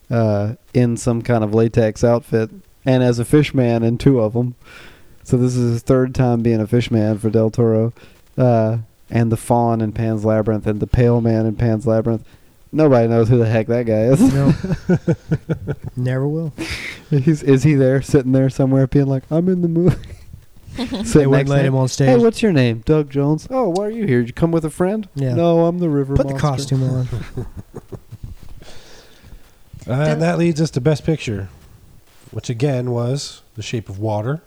A: uh, in some kind of latex outfit and as a fish man in two of them. So this is his third time being a fish man for Del Toro. Uh, and the fawn in Pan's Labyrinth and the pale man in Pan's Labyrinth. Nobody knows who the heck that guy is.
C: no never will
A: He's, is he there, sitting there somewhere, being like, "I'm in the movie."
C: they
A: Sitting
C: wouldn't
A: next
C: let
A: to
C: him
A: him.
C: on
A: Hey,
C: stage
A: what's your name? Doug Jones. Oh, why are you here? Did you come with a friend?
C: Yeah.
A: No, I'm the river.
C: put the
A: monster."
C: costume on
B: Uh, and that leads us to Best Picture, which again was The Shape of Water,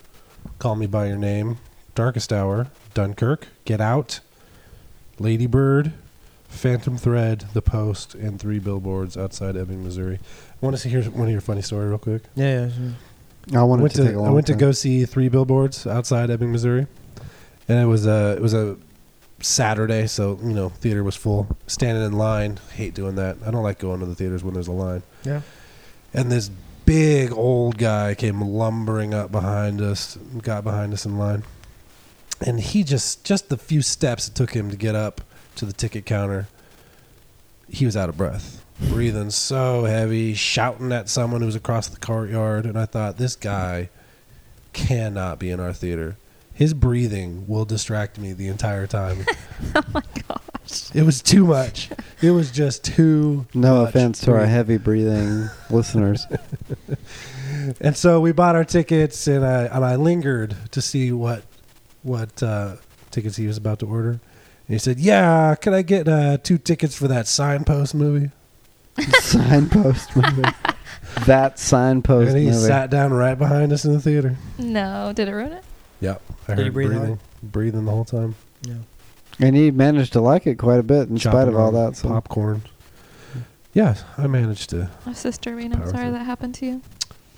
B: Call Me By Your Name, Darkest Hour, Dunkirk, Get Out, Lady Bird, Phantom Thread, The Post, and Three Billboards Outside Ebbing, Missouri. I want to see hear one of your funny story real quick.
C: yeah, yeah, yeah.
A: I
B: I
A: wanted
B: went
A: to, take a
B: to,
A: long
B: I went to
A: time.
B: go see Three Billboards Outside Ebbing, Missouri, and it was a it was a Saturday, so you know theater was full. Standing in line, hate doing that. I don't like going to the theaters when there's a line
C: yeah.
B: and this big old guy came lumbering up behind us got behind us in line and he just just the few steps it took him to get up to the ticket counter he was out of breath breathing so heavy shouting at someone who was across the courtyard and i thought this guy cannot be in our theater His breathing will distract me the entire time. oh my gosh. It was too much. It was just too
A: No
B: much
A: offense to our
B: breathing.
A: heavy breathing listeners.
B: And so we bought our tickets, and I and I lingered to see what what uh, tickets he was about to order. And he said, "Yeah, can I get uh, two tickets for that signpost movie?"
A: signpost movie. That signpost
B: and he
A: movie.
B: sat down right behind us in the theater.
D: No, did it ruin it?
B: Yep, I
C: Did he
B: heard
C: breathe hard?
B: breathing, breathing the whole time.
C: Yeah.
A: and he managed to like it quite a bit in spite
B: Chopping
A: of all
B: on
A: that. So
B: popcorn. Yeah, I managed to.
D: My sister, Rena, I'm
B: Power
D: sorry
B: through.
D: that happened to you.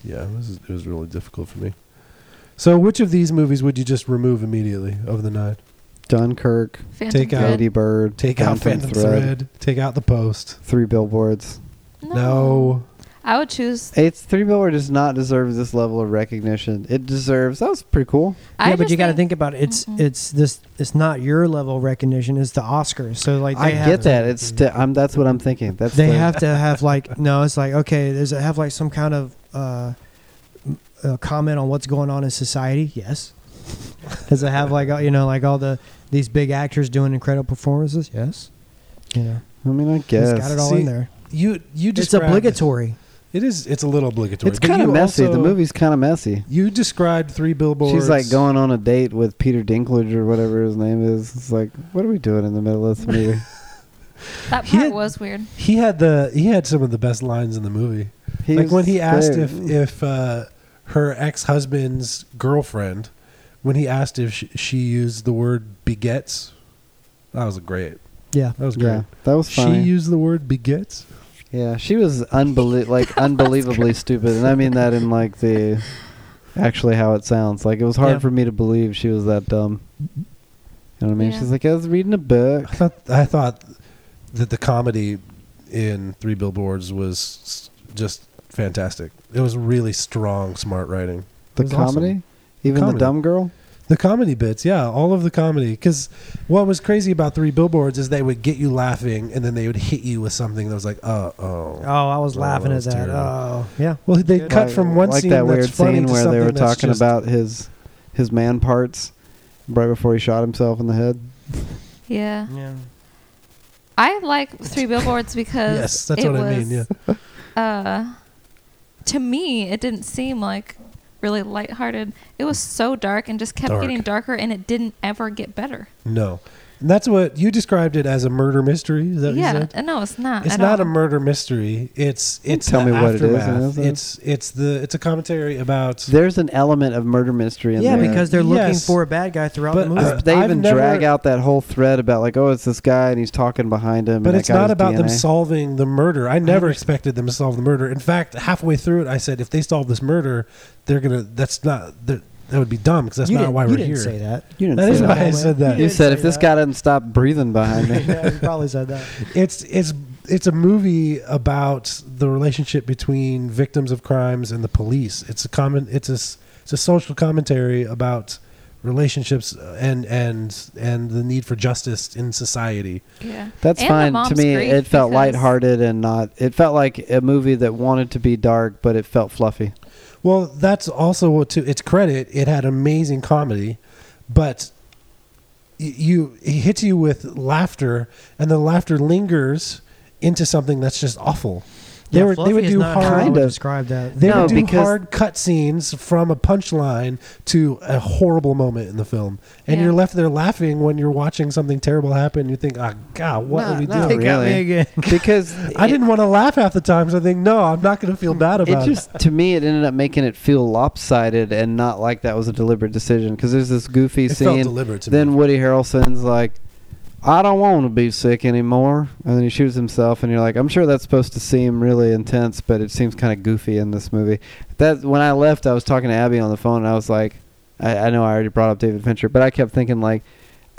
B: Yeah, this is, it was really difficult for me. So, which of these movies would you just remove immediely of the nine?
A: Dunkirk,
D: Phantom
B: Take out-
D: Thread.
A: Lady Bird,
B: Take out Phantom Thread. Take out The Post.
A: Three Billboards.
B: No.
D: I would choose.
A: It's Three Billboard does not deserve this level of recognition. It deserves. That was pretty cool.
D: I
C: yeah, but
D: just
C: you got to think about it. it's
D: Mhm.
C: it's this it's not your level of recognition. It's the Oscars. So like they
A: I
C: have,
A: get that. It's sti- I'm. That's what I'm thinking. That's
C: They
A: the-
C: have to have like no. It's like okay, there's a, have like some kind of uh, m- uh, comment on what's going on in society. Yes. Does it have like all- you know like all the these big actors doing incredible performances? Yes. You know,
A: I mean, I
C: it's
A: guess.
C: got it all
B: See,
C: in there.
B: You you
C: It's
B: just
C: obligatory.
B: It is. It's a little obligatory.
A: It's
B: but
A: kind of
B: you
A: messy. the
B: also-
A: movie's kind of messy.
B: You described three billboards.
A: She's like going on a date with Peter Dinklage or whatever his name is. It's like, what are we doing in the middle of this movie?
D: That
B: He
D: part
B: had-
D: was weird.
B: He had the. He had some of the best lines in the movie. like when he
A: He's
B: asked
A: very-
B: if if uh, her ex husband's girlfriend, when he asked if she, she used the word begets, that was great.
C: Yeah.
B: That was great.
A: yeah, that was
B: she
A: funny.
B: used the word begets.
A: yeah, she was unbelie- like unbelievably stupid, and I mean that in like the actually how it sounds. Like it was hard
C: Yeah.
A: for me to believe she was that dumb. You know what I mean?
D: Yeah.
A: She's like, I was reading a book.
B: I thought I thought that the comedy in Three Billboards was s- just fantastic. It was really strong, smart writing.
A: The
B: was awesome.
A: comedy, even
B: Comedy.
A: the dumb girl.
B: The comedy bits, yeah, all of the comedy. Because what was crazy about Three Billboards is they would get you laughing, and then they would hit you with something that was like, "Uh oh."
C: Oh, I was
B: Oh,
C: laughing
B: that
C: at
B: was
C: that.
B: terrible.
C: Oh, yeah.
B: Well, they
C: Good.
B: cut from one
A: like
B: scene
A: that
B: that's
A: weird
B: funny
A: scene
B: to
A: where they
B: something
A: were
B: that's
A: talking
B: just-
A: about his his man parts right before he shot himself in the head.
D: Yeah.
C: Yeah.
D: I like Three Billboards because
B: Yes, that's
D: it
B: what
D: was,
B: I mean. Yeah,
D: uh, to me, it didn't seem like really lighthearted. It was so dark and just kept
B: Dark.
D: getting darker, and it didn't ever get better.
B: no, and that's what you described it as a murder mystery. Is that what you
D: yeah,
B: said?
D: uh, no, it's not.
B: It's
D: at
B: not
D: all.
B: a murder mystery. It's it's
A: tell
B: the
A: me what it is,
B: aftermath.
A: and that's it.
B: It's it's the it's a commentary about.
A: There's an element of murder mystery in
C: Yeah,
A: there.
C: because they're looking
B: Yes.
C: for a bad guy throughout
B: But,
C: the movie.
B: uh,
A: they
B: I've
A: even
B: never-
A: drag out that whole thread about like, oh, it's this guy and he's talking behind him.
B: But
A: and
B: it's
A: that got
B: not
A: his
B: about them
A: DNA.
B: solving the murder. I never
C: understand.
B: expected them to solve the murder. In fact, halfway through it, I said, if they solve this murder, they're gonna. That's not. That that would be dumb because that's
C: you
B: not
C: didn't,
B: why
C: you
B: we're
C: didn't
B: here.
C: say that.
A: You didn't
B: That
A: say
B: is
A: that.
B: why I said that.
A: You
C: didn't
A: said
C: say
A: if this
C: that.
A: guy doesn't stop breathing behind me,
C: yeah, you probably said that.
B: It's it's it's a movie about the relationship between victims of crimes and the police. It's a common. It's a s- it's a social commentary about relationships uh, and and and the need for justice in society.
D: Yeah,
A: that's
D: And the
A: fine to
D: mom's
A: me.
D: grief
A: It felt
D: because-
A: lighthearted and not. It felt like a movie that wanted to be dark, but it felt fluffy.
B: Well, that's also what to its credit. It had amazing comedy, but y- you it hits you with laughter, and the laughter lingers into something that's just awful. They
C: Yeah,
B: were
C: fluffy
B: they would
C: is
B: do
C: not how I
B: hard.
A: Kind
C: would
A: of.
C: describe that.
B: They
A: No,
B: would do
A: because-
B: hard cut scenes from a punchline to a horrible moment in the film, and
D: Yeah.
B: you're left there laughing when you're watching something terrible happen. You think, "Ah, God, what
A: Nah,
B: are we
A: nah,
B: doing?"
A: They got me
C: again.
A: Because
B: I didn't want to laugh half the time, so I think, "No, I'm not going to feel bad about
A: it just to me it ended up making it feel lopsided and not like that was a deliberate decision because there's this goofy
B: It felt
A: scene
B: deliberate to me.
A: then woody harrelson's like i don't want to be sick anymore and then he shoots himself and you're like i'm sure that's supposed to seem really intense but it seems kind of goofy in this movie that when i left i was talking to abby on the phone and i was like i, I know i already brought up david fincher but i kept thinking like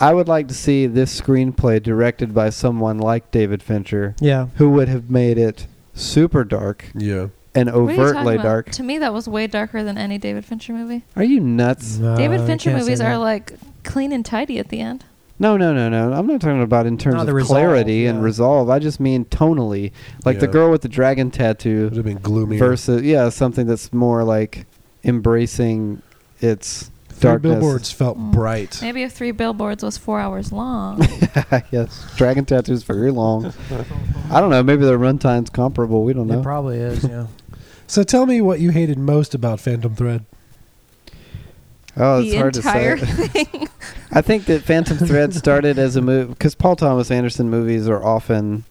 A: i would like to see this screenplay directed by someone like david fincher
C: yeah.
A: who would have made it super dark
B: yeah.
A: and
D: What are you talking
A: overtly
D: about?
A: dark
D: To me, that was way darker than any David Fincher movie.
A: Are you nuts?
C: Uh,
D: David Fincher movies are like clean and tidy at the end.
A: No, no, no, no. I'm not talking about in terms
C: No, the
A: of
C: resolve,
A: clarity and
C: yeah.
A: resolve. I just mean tonally. Like the
B: Yeah.
A: girl with the dragon
B: Would
A: tattoo
B: have been gloomy.
A: versus yeah, something that's more like embracing its
B: Dark
A: Darkness.
B: billboards felt
D: Mm.
B: bright.
D: Maybe if three billboards was four hours long.
A: yes, dragon tattoos very long. I don't know. Maybe their runtime's comparable. We don't
C: It
A: know.
C: probably is. Yeah.
B: So tell me what you hated most about Phantom Thread.
A: Oh, it's
D: the
A: hard
D: entire
A: to say.
D: thing.
A: I think that Phantom Thread started as a movie because Paul Thomas Anderson movies are often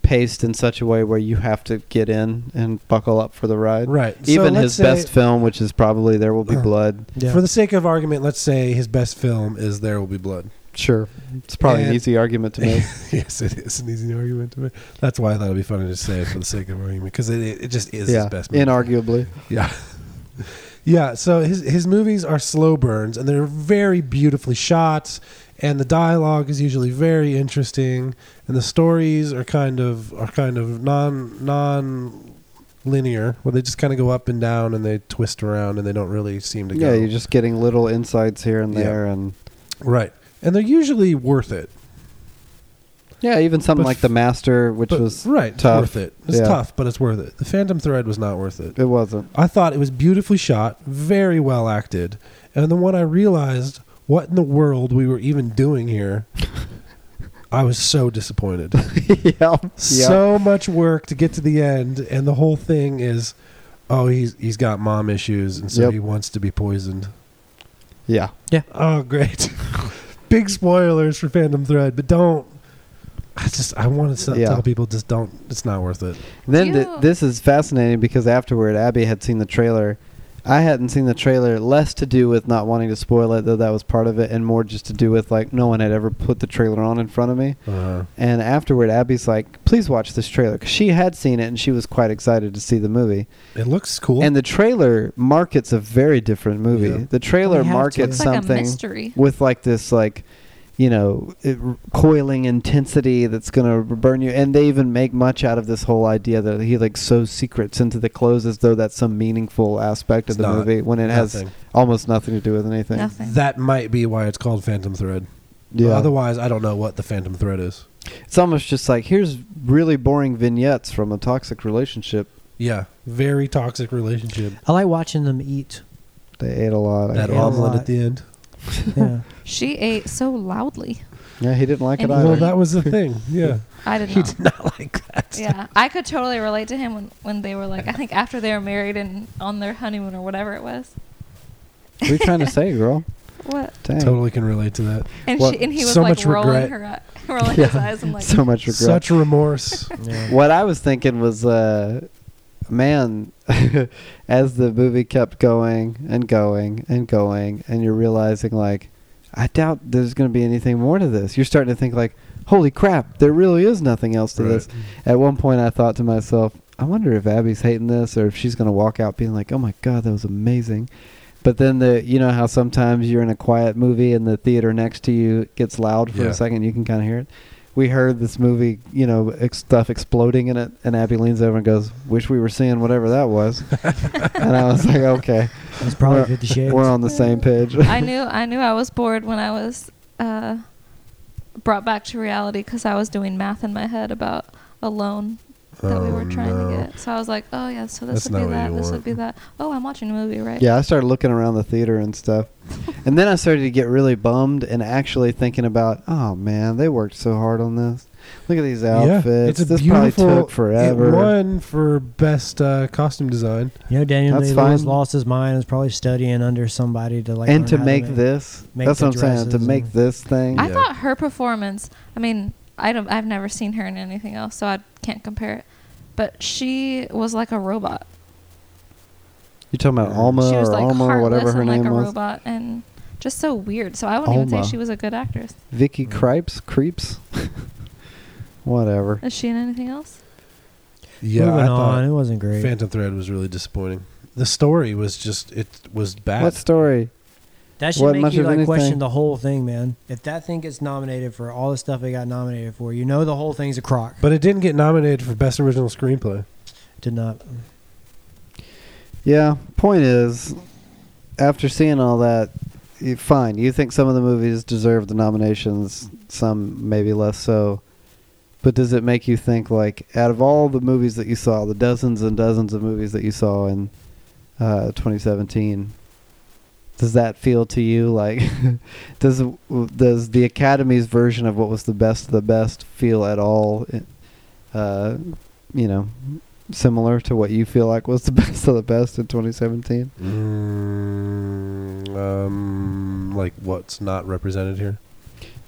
A: paced in such a way where you have to get in and buckle up for the ride.
B: Right. so
A: Even
B: let's
A: his
B: say-
A: best film, which is probably There Will Be
B: Uh.
A: Blood.
C: Yeah.
B: For the sake of argument, let's say his best film is There Will Be Blood.
A: Sure, it's probably an
B: And-
A: easy argument to make.
B: yes, it is an easy argument to make. That's why I thought it'd be funny to say it for the sake of argument because it, it it just is
A: yeah,
B: his best movie.
A: inarguably.
B: Yeah. Yeah, so his his movies are slow burns and they're very beautifully shot and the dialogue is usually very interesting and the stories are kind of are kind of non non linear where they just kind of go up and down and they twist around and they don't really seem to
A: Yeah,
B: go.
A: you're just getting little insights here and
B: Yeah.
A: there, and
B: right. And they're usually worth it.
A: yeah, even something
B: But
A: like
B: f-
A: The Master, which
B: But-
A: was
B: right, it's
A: tough.
B: worth it. It's
A: Yeah.
B: tough, but it's worth it. The Phantom Thread was not worth it.
A: it wasn't.
B: I thought it was beautifully shot, very well acted. And then when I realized what in the world we were even doing here, I was so disappointed.
A: yeah,
B: So much work to get to the end, and the whole thing is, oh, he's he's got mom issues, and so
A: Yep.
B: he wants to be poisoned.
A: yeah.
B: Oh, great! Big spoilers for Phantom Thread, but don't. I just I want to
A: Yeah.
B: tell people just don't. It's not worth it.
A: Then th-
D: You-
A: this is fascinating because afterward, Abby had seen the trailer. I hadn't seen the trailer, less to do with not wanting to spoil it, though that was part of it, and more just to do with like no one had ever put the trailer on in front of me.
B: Uh,
A: And afterward, Abby's like, please watch this trailer. 'Cause she had seen it and she was quite excited to see the movie.
B: it looks cool.
A: And the trailer markets a very different movie.
B: Yeah.
A: The trailer
C: We have to.
A: markets
D: it's like a
A: something
D: mystery.
A: with like this like you know it, coiling intensity that's gonna burn you and they even make much out of this whole idea that he like sews secrets into the clothes as though that's some meaningful aspect
B: It's
A: of the
B: not.
A: movie when it has
B: Nothing.
A: almost nothing to do with anything
D: Nothing.
B: That might be why it's called Phantom Thread.
A: yeah
B: Otherwise, I don't know what the Phantom Thread is.
A: it's almost just like here's really boring vignettes from a toxic relationship
B: Yeah, very toxic relationship.
C: I like watching them eat.
A: they ate a lot I
B: That
A: guess.
C: all-
B: omelet
C: lot.
B: at the end.
C: Yeah.
D: she ate so loudly.
A: yeah he didn't like it
D: And
A: either
B: Well, that was the thing. Yeah,
D: I did not.
B: not like that.
D: yeah, I could totally relate to him when, when they were like, I think after they were married and on their honeymoon or whatever it was.
A: what are you trying to say girl
D: What?
A: Dang.
B: Totally can relate to that.
D: And
A: What?
D: she and he was
B: So
D: like
B: much
D: rolling
B: regret.
D: her eye, rolling his eyes and like
A: so much regret
B: Such remorse.
C: yeah.
A: What I was thinking was, uh, man, as the movie kept going and going and going, and you're realizing, like, I doubt there's going to be anything more to this. You're starting to think, like, holy crap, there really is nothing else to
B: Right.
A: this. At one point, I thought to myself, I wonder if Abby's hating this or if she's going to walk out being like, oh my God, that was amazing. But then the, you know how sometimes you're in a quiet movie and the theater next to you gets loud for
B: Yeah.
A: a second, you can kind of hear it. We heard this movie, you know, ex- stuff exploding in it, and Abby leans over and goes, "Wish we were seeing whatever that was." and I was like, "Okay,
C: It's probably
A: We're-
C: Fifty Shades.
A: we're on the same page."
D: I knew I knew I was bored when I was uh, brought back to reality because I was doing math in my head about a loan that we
B: Oh,
D: were trying
B: no.
D: to get. So I was like, oh yeah, so this
B: That's
D: would
B: not
D: be
B: what
D: that.
B: you
D: This
B: want.
D: would be that. Oh, I'm watching a movie, right?
A: Yeah, I started looking around the theater and stuff. and then I started to get really bummed and actually thinking about, oh man, they worked so hard on this. Look at these outfits. this probably took forever.
B: It won for best uh, costume design.
C: You know, Daniel
A: That's
C: Day Lewis
A: fine.
C: lost his mind. Is probably studying under somebody to like.
A: and
C: learn
A: to
C: how
A: make this,
C: make
A: that's
C: the
A: what I'm saying, to
C: dresses
A: make
C: and-
A: this thing.
D: I
B: Yeah.
D: thought her performance. I mean, I don't. I've never seen her in anything else, so I can't compare it. But she was like a robot.
A: You're talking about Alma
D: she was
A: or
D: like
A: Alma or
D: heartless
A: whatever her
D: and
A: name
D: like a
A: was.
D: robot and just so weird. So I wouldn't even
A: Alma.
D: say she was a good actress.
A: Vicky
B: Mm.
A: Cripes? Creeps? whatever.
D: Is she in anything else?
B: Yeah,
C: Moving
B: I
C: on,
B: thought
C: it wasn't great.
B: Phantom Thread was really disappointing. The story was just it was bad.
A: What story?
C: That
A: Wasn't
C: should
A: much
C: make you
A: of
C: like
A: anything.
C: question the whole thing, man. If that thing gets nominated for all the stuff it got nominated for, you know the whole thing's a crock.
B: But it didn't get nominated for best original screenplay.
C: Did not.
A: Yeah, point is, after seeing all that, you, fine. You think some of the movies deserve the nominations, some maybe less so. But does it make you think, like, out of all the movies that you saw, the dozens and dozens of movies that you saw in uh, 2017, does that feel to you like does does the academy's version of what was the best of the best feel at all uh, you know similar to what you feel like was the best of the best in 2017
B: Mm, um, like what's not represented here?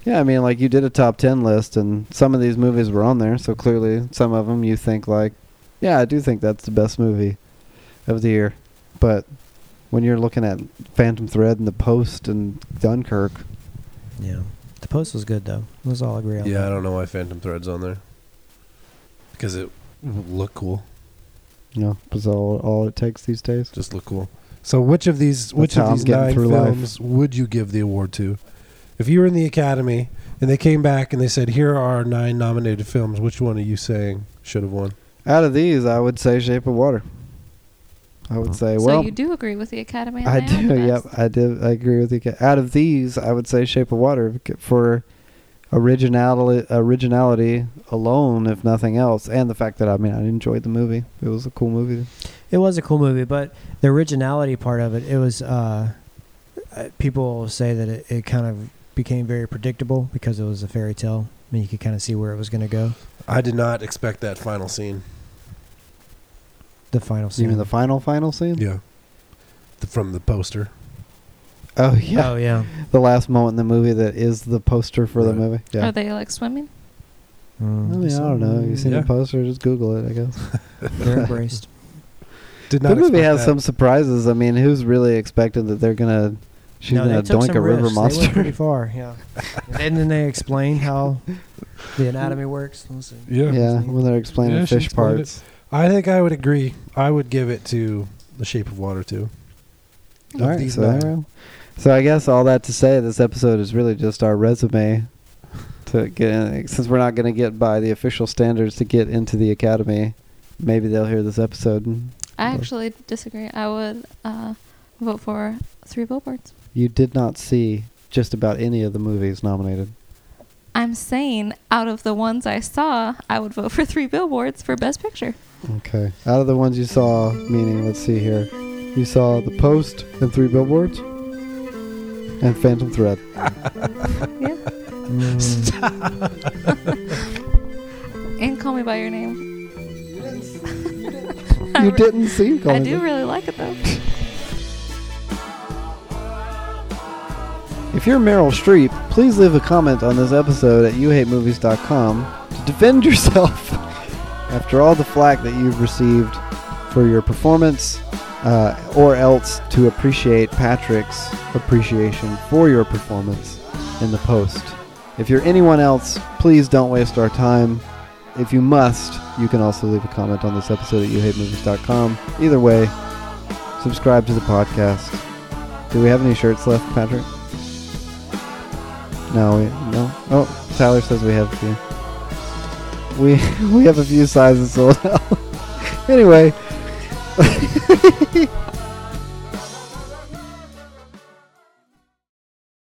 A: yeah i mean like you did a top 10 list and some of these movies were on there so clearly some of them you think like yeah i do think that's the best movie of the year but when you're looking at phantom thread and the post and dunkirk
E: Yeah. The post was good though. Let's all agree
B: Yeah,
E: on
B: I
E: that.
B: don't know why Phantom Thread's on there because it w- look cool.
A: you know is all, all it takes these days
B: Just look cool. So, which of these which
A: how
B: of
A: I'm
B: these
A: getting
B: nine
A: through life.
B: films would you give the award to? If you were in the Academy and they came back and they said, "Here are our nine nominated films," which one are you saying should have won?
A: Out of these, I would say Shape of Water. I would say,
D: So
A: well,
D: you do agree with the Academy? and
A: I
D: they are
A: do.
D: the
A: Yep,
D: best.
A: I did. I agree with you. Ca- Out of these, I would say Shape of Water c- for originality, originality alone, if nothing else, and the fact that I mean I enjoyed the movie. It was a cool movie.
E: It was a cool movie, but the originality part of it, it was uh, uh, people say that it, it kind of became very predictable because it was a fairy tale. I mean, you could kind of see where it was going to go.
B: I did not expect that final scene.
E: The final scene.
A: You mean the final final scene?
B: Yeah, the, from the poster.
A: Oh yeah,
E: Oh yeah.
A: the last moment in the movie that is the poster for the
B: Right.
A: movie. Yeah.
D: Are they like swimming?
E: Mm.
A: I mean, Oh, I don't know. You seen
B: Yeah.
A: the poster? Just Google it, I guess.
E: They're embraced.
B: Did not.
A: The movie
B: expect
A: has
B: that.
A: some surprises. I mean, who's really expecting that they're gonna she's
E: no,
A: gonna
E: they took
A: doink
E: some
A: a river
E: risks. They went
A: monster?
E: pretty far. Yeah. and then they explain how the anatomy works. Let's see.
B: Yeah.
A: Yeah, when they're explaining
B: Yeah, she
A: fish
B: explained it.
A: parts.
B: I think I would agree. I would give it to The Shape of Water too. Of
A: All right,
B: these
A: so, there
B: nine.
A: we are. so I guess all that to say, this episode is really just our resume to get in, since we're not going to get by the official standards to get into the academy. Maybe they'll hear this episode. and
D: I
A: Well-
D: actually disagree. I would uh, vote for Three Billboards.
A: You did not see just about any of the movies nominated.
D: I'm saying out of the ones I saw, I would vote for Three Billboards for Best Picture.
A: Okay, out of the ones you saw, meaning let's see here, you saw The Post and Three Billboards, and Phantom Thread.
D: Yeah.
E: Mm.
D: And Call Me by Your Name. I
A: You
D: re-
A: didn't see. Call
D: I
A: Me
D: do
A: By-
D: really like it though.
A: If you're Meryl Streep, please leave a comment on this episode at youhatemovies.com to defend yourself after all the flack that you've received for your performance, uh, or else to appreciate Patrick's appreciation for your performance in the post. If you're anyone else, please don't waste our time. If you must, you can also leave a comment on this episode at youhatemovies.com. Either way, subscribe to the podcast. Do we have any shirts left, Patrick? No, we, no. Oh, Tyler says we have a few. We we have a few sizes sold out. anyway,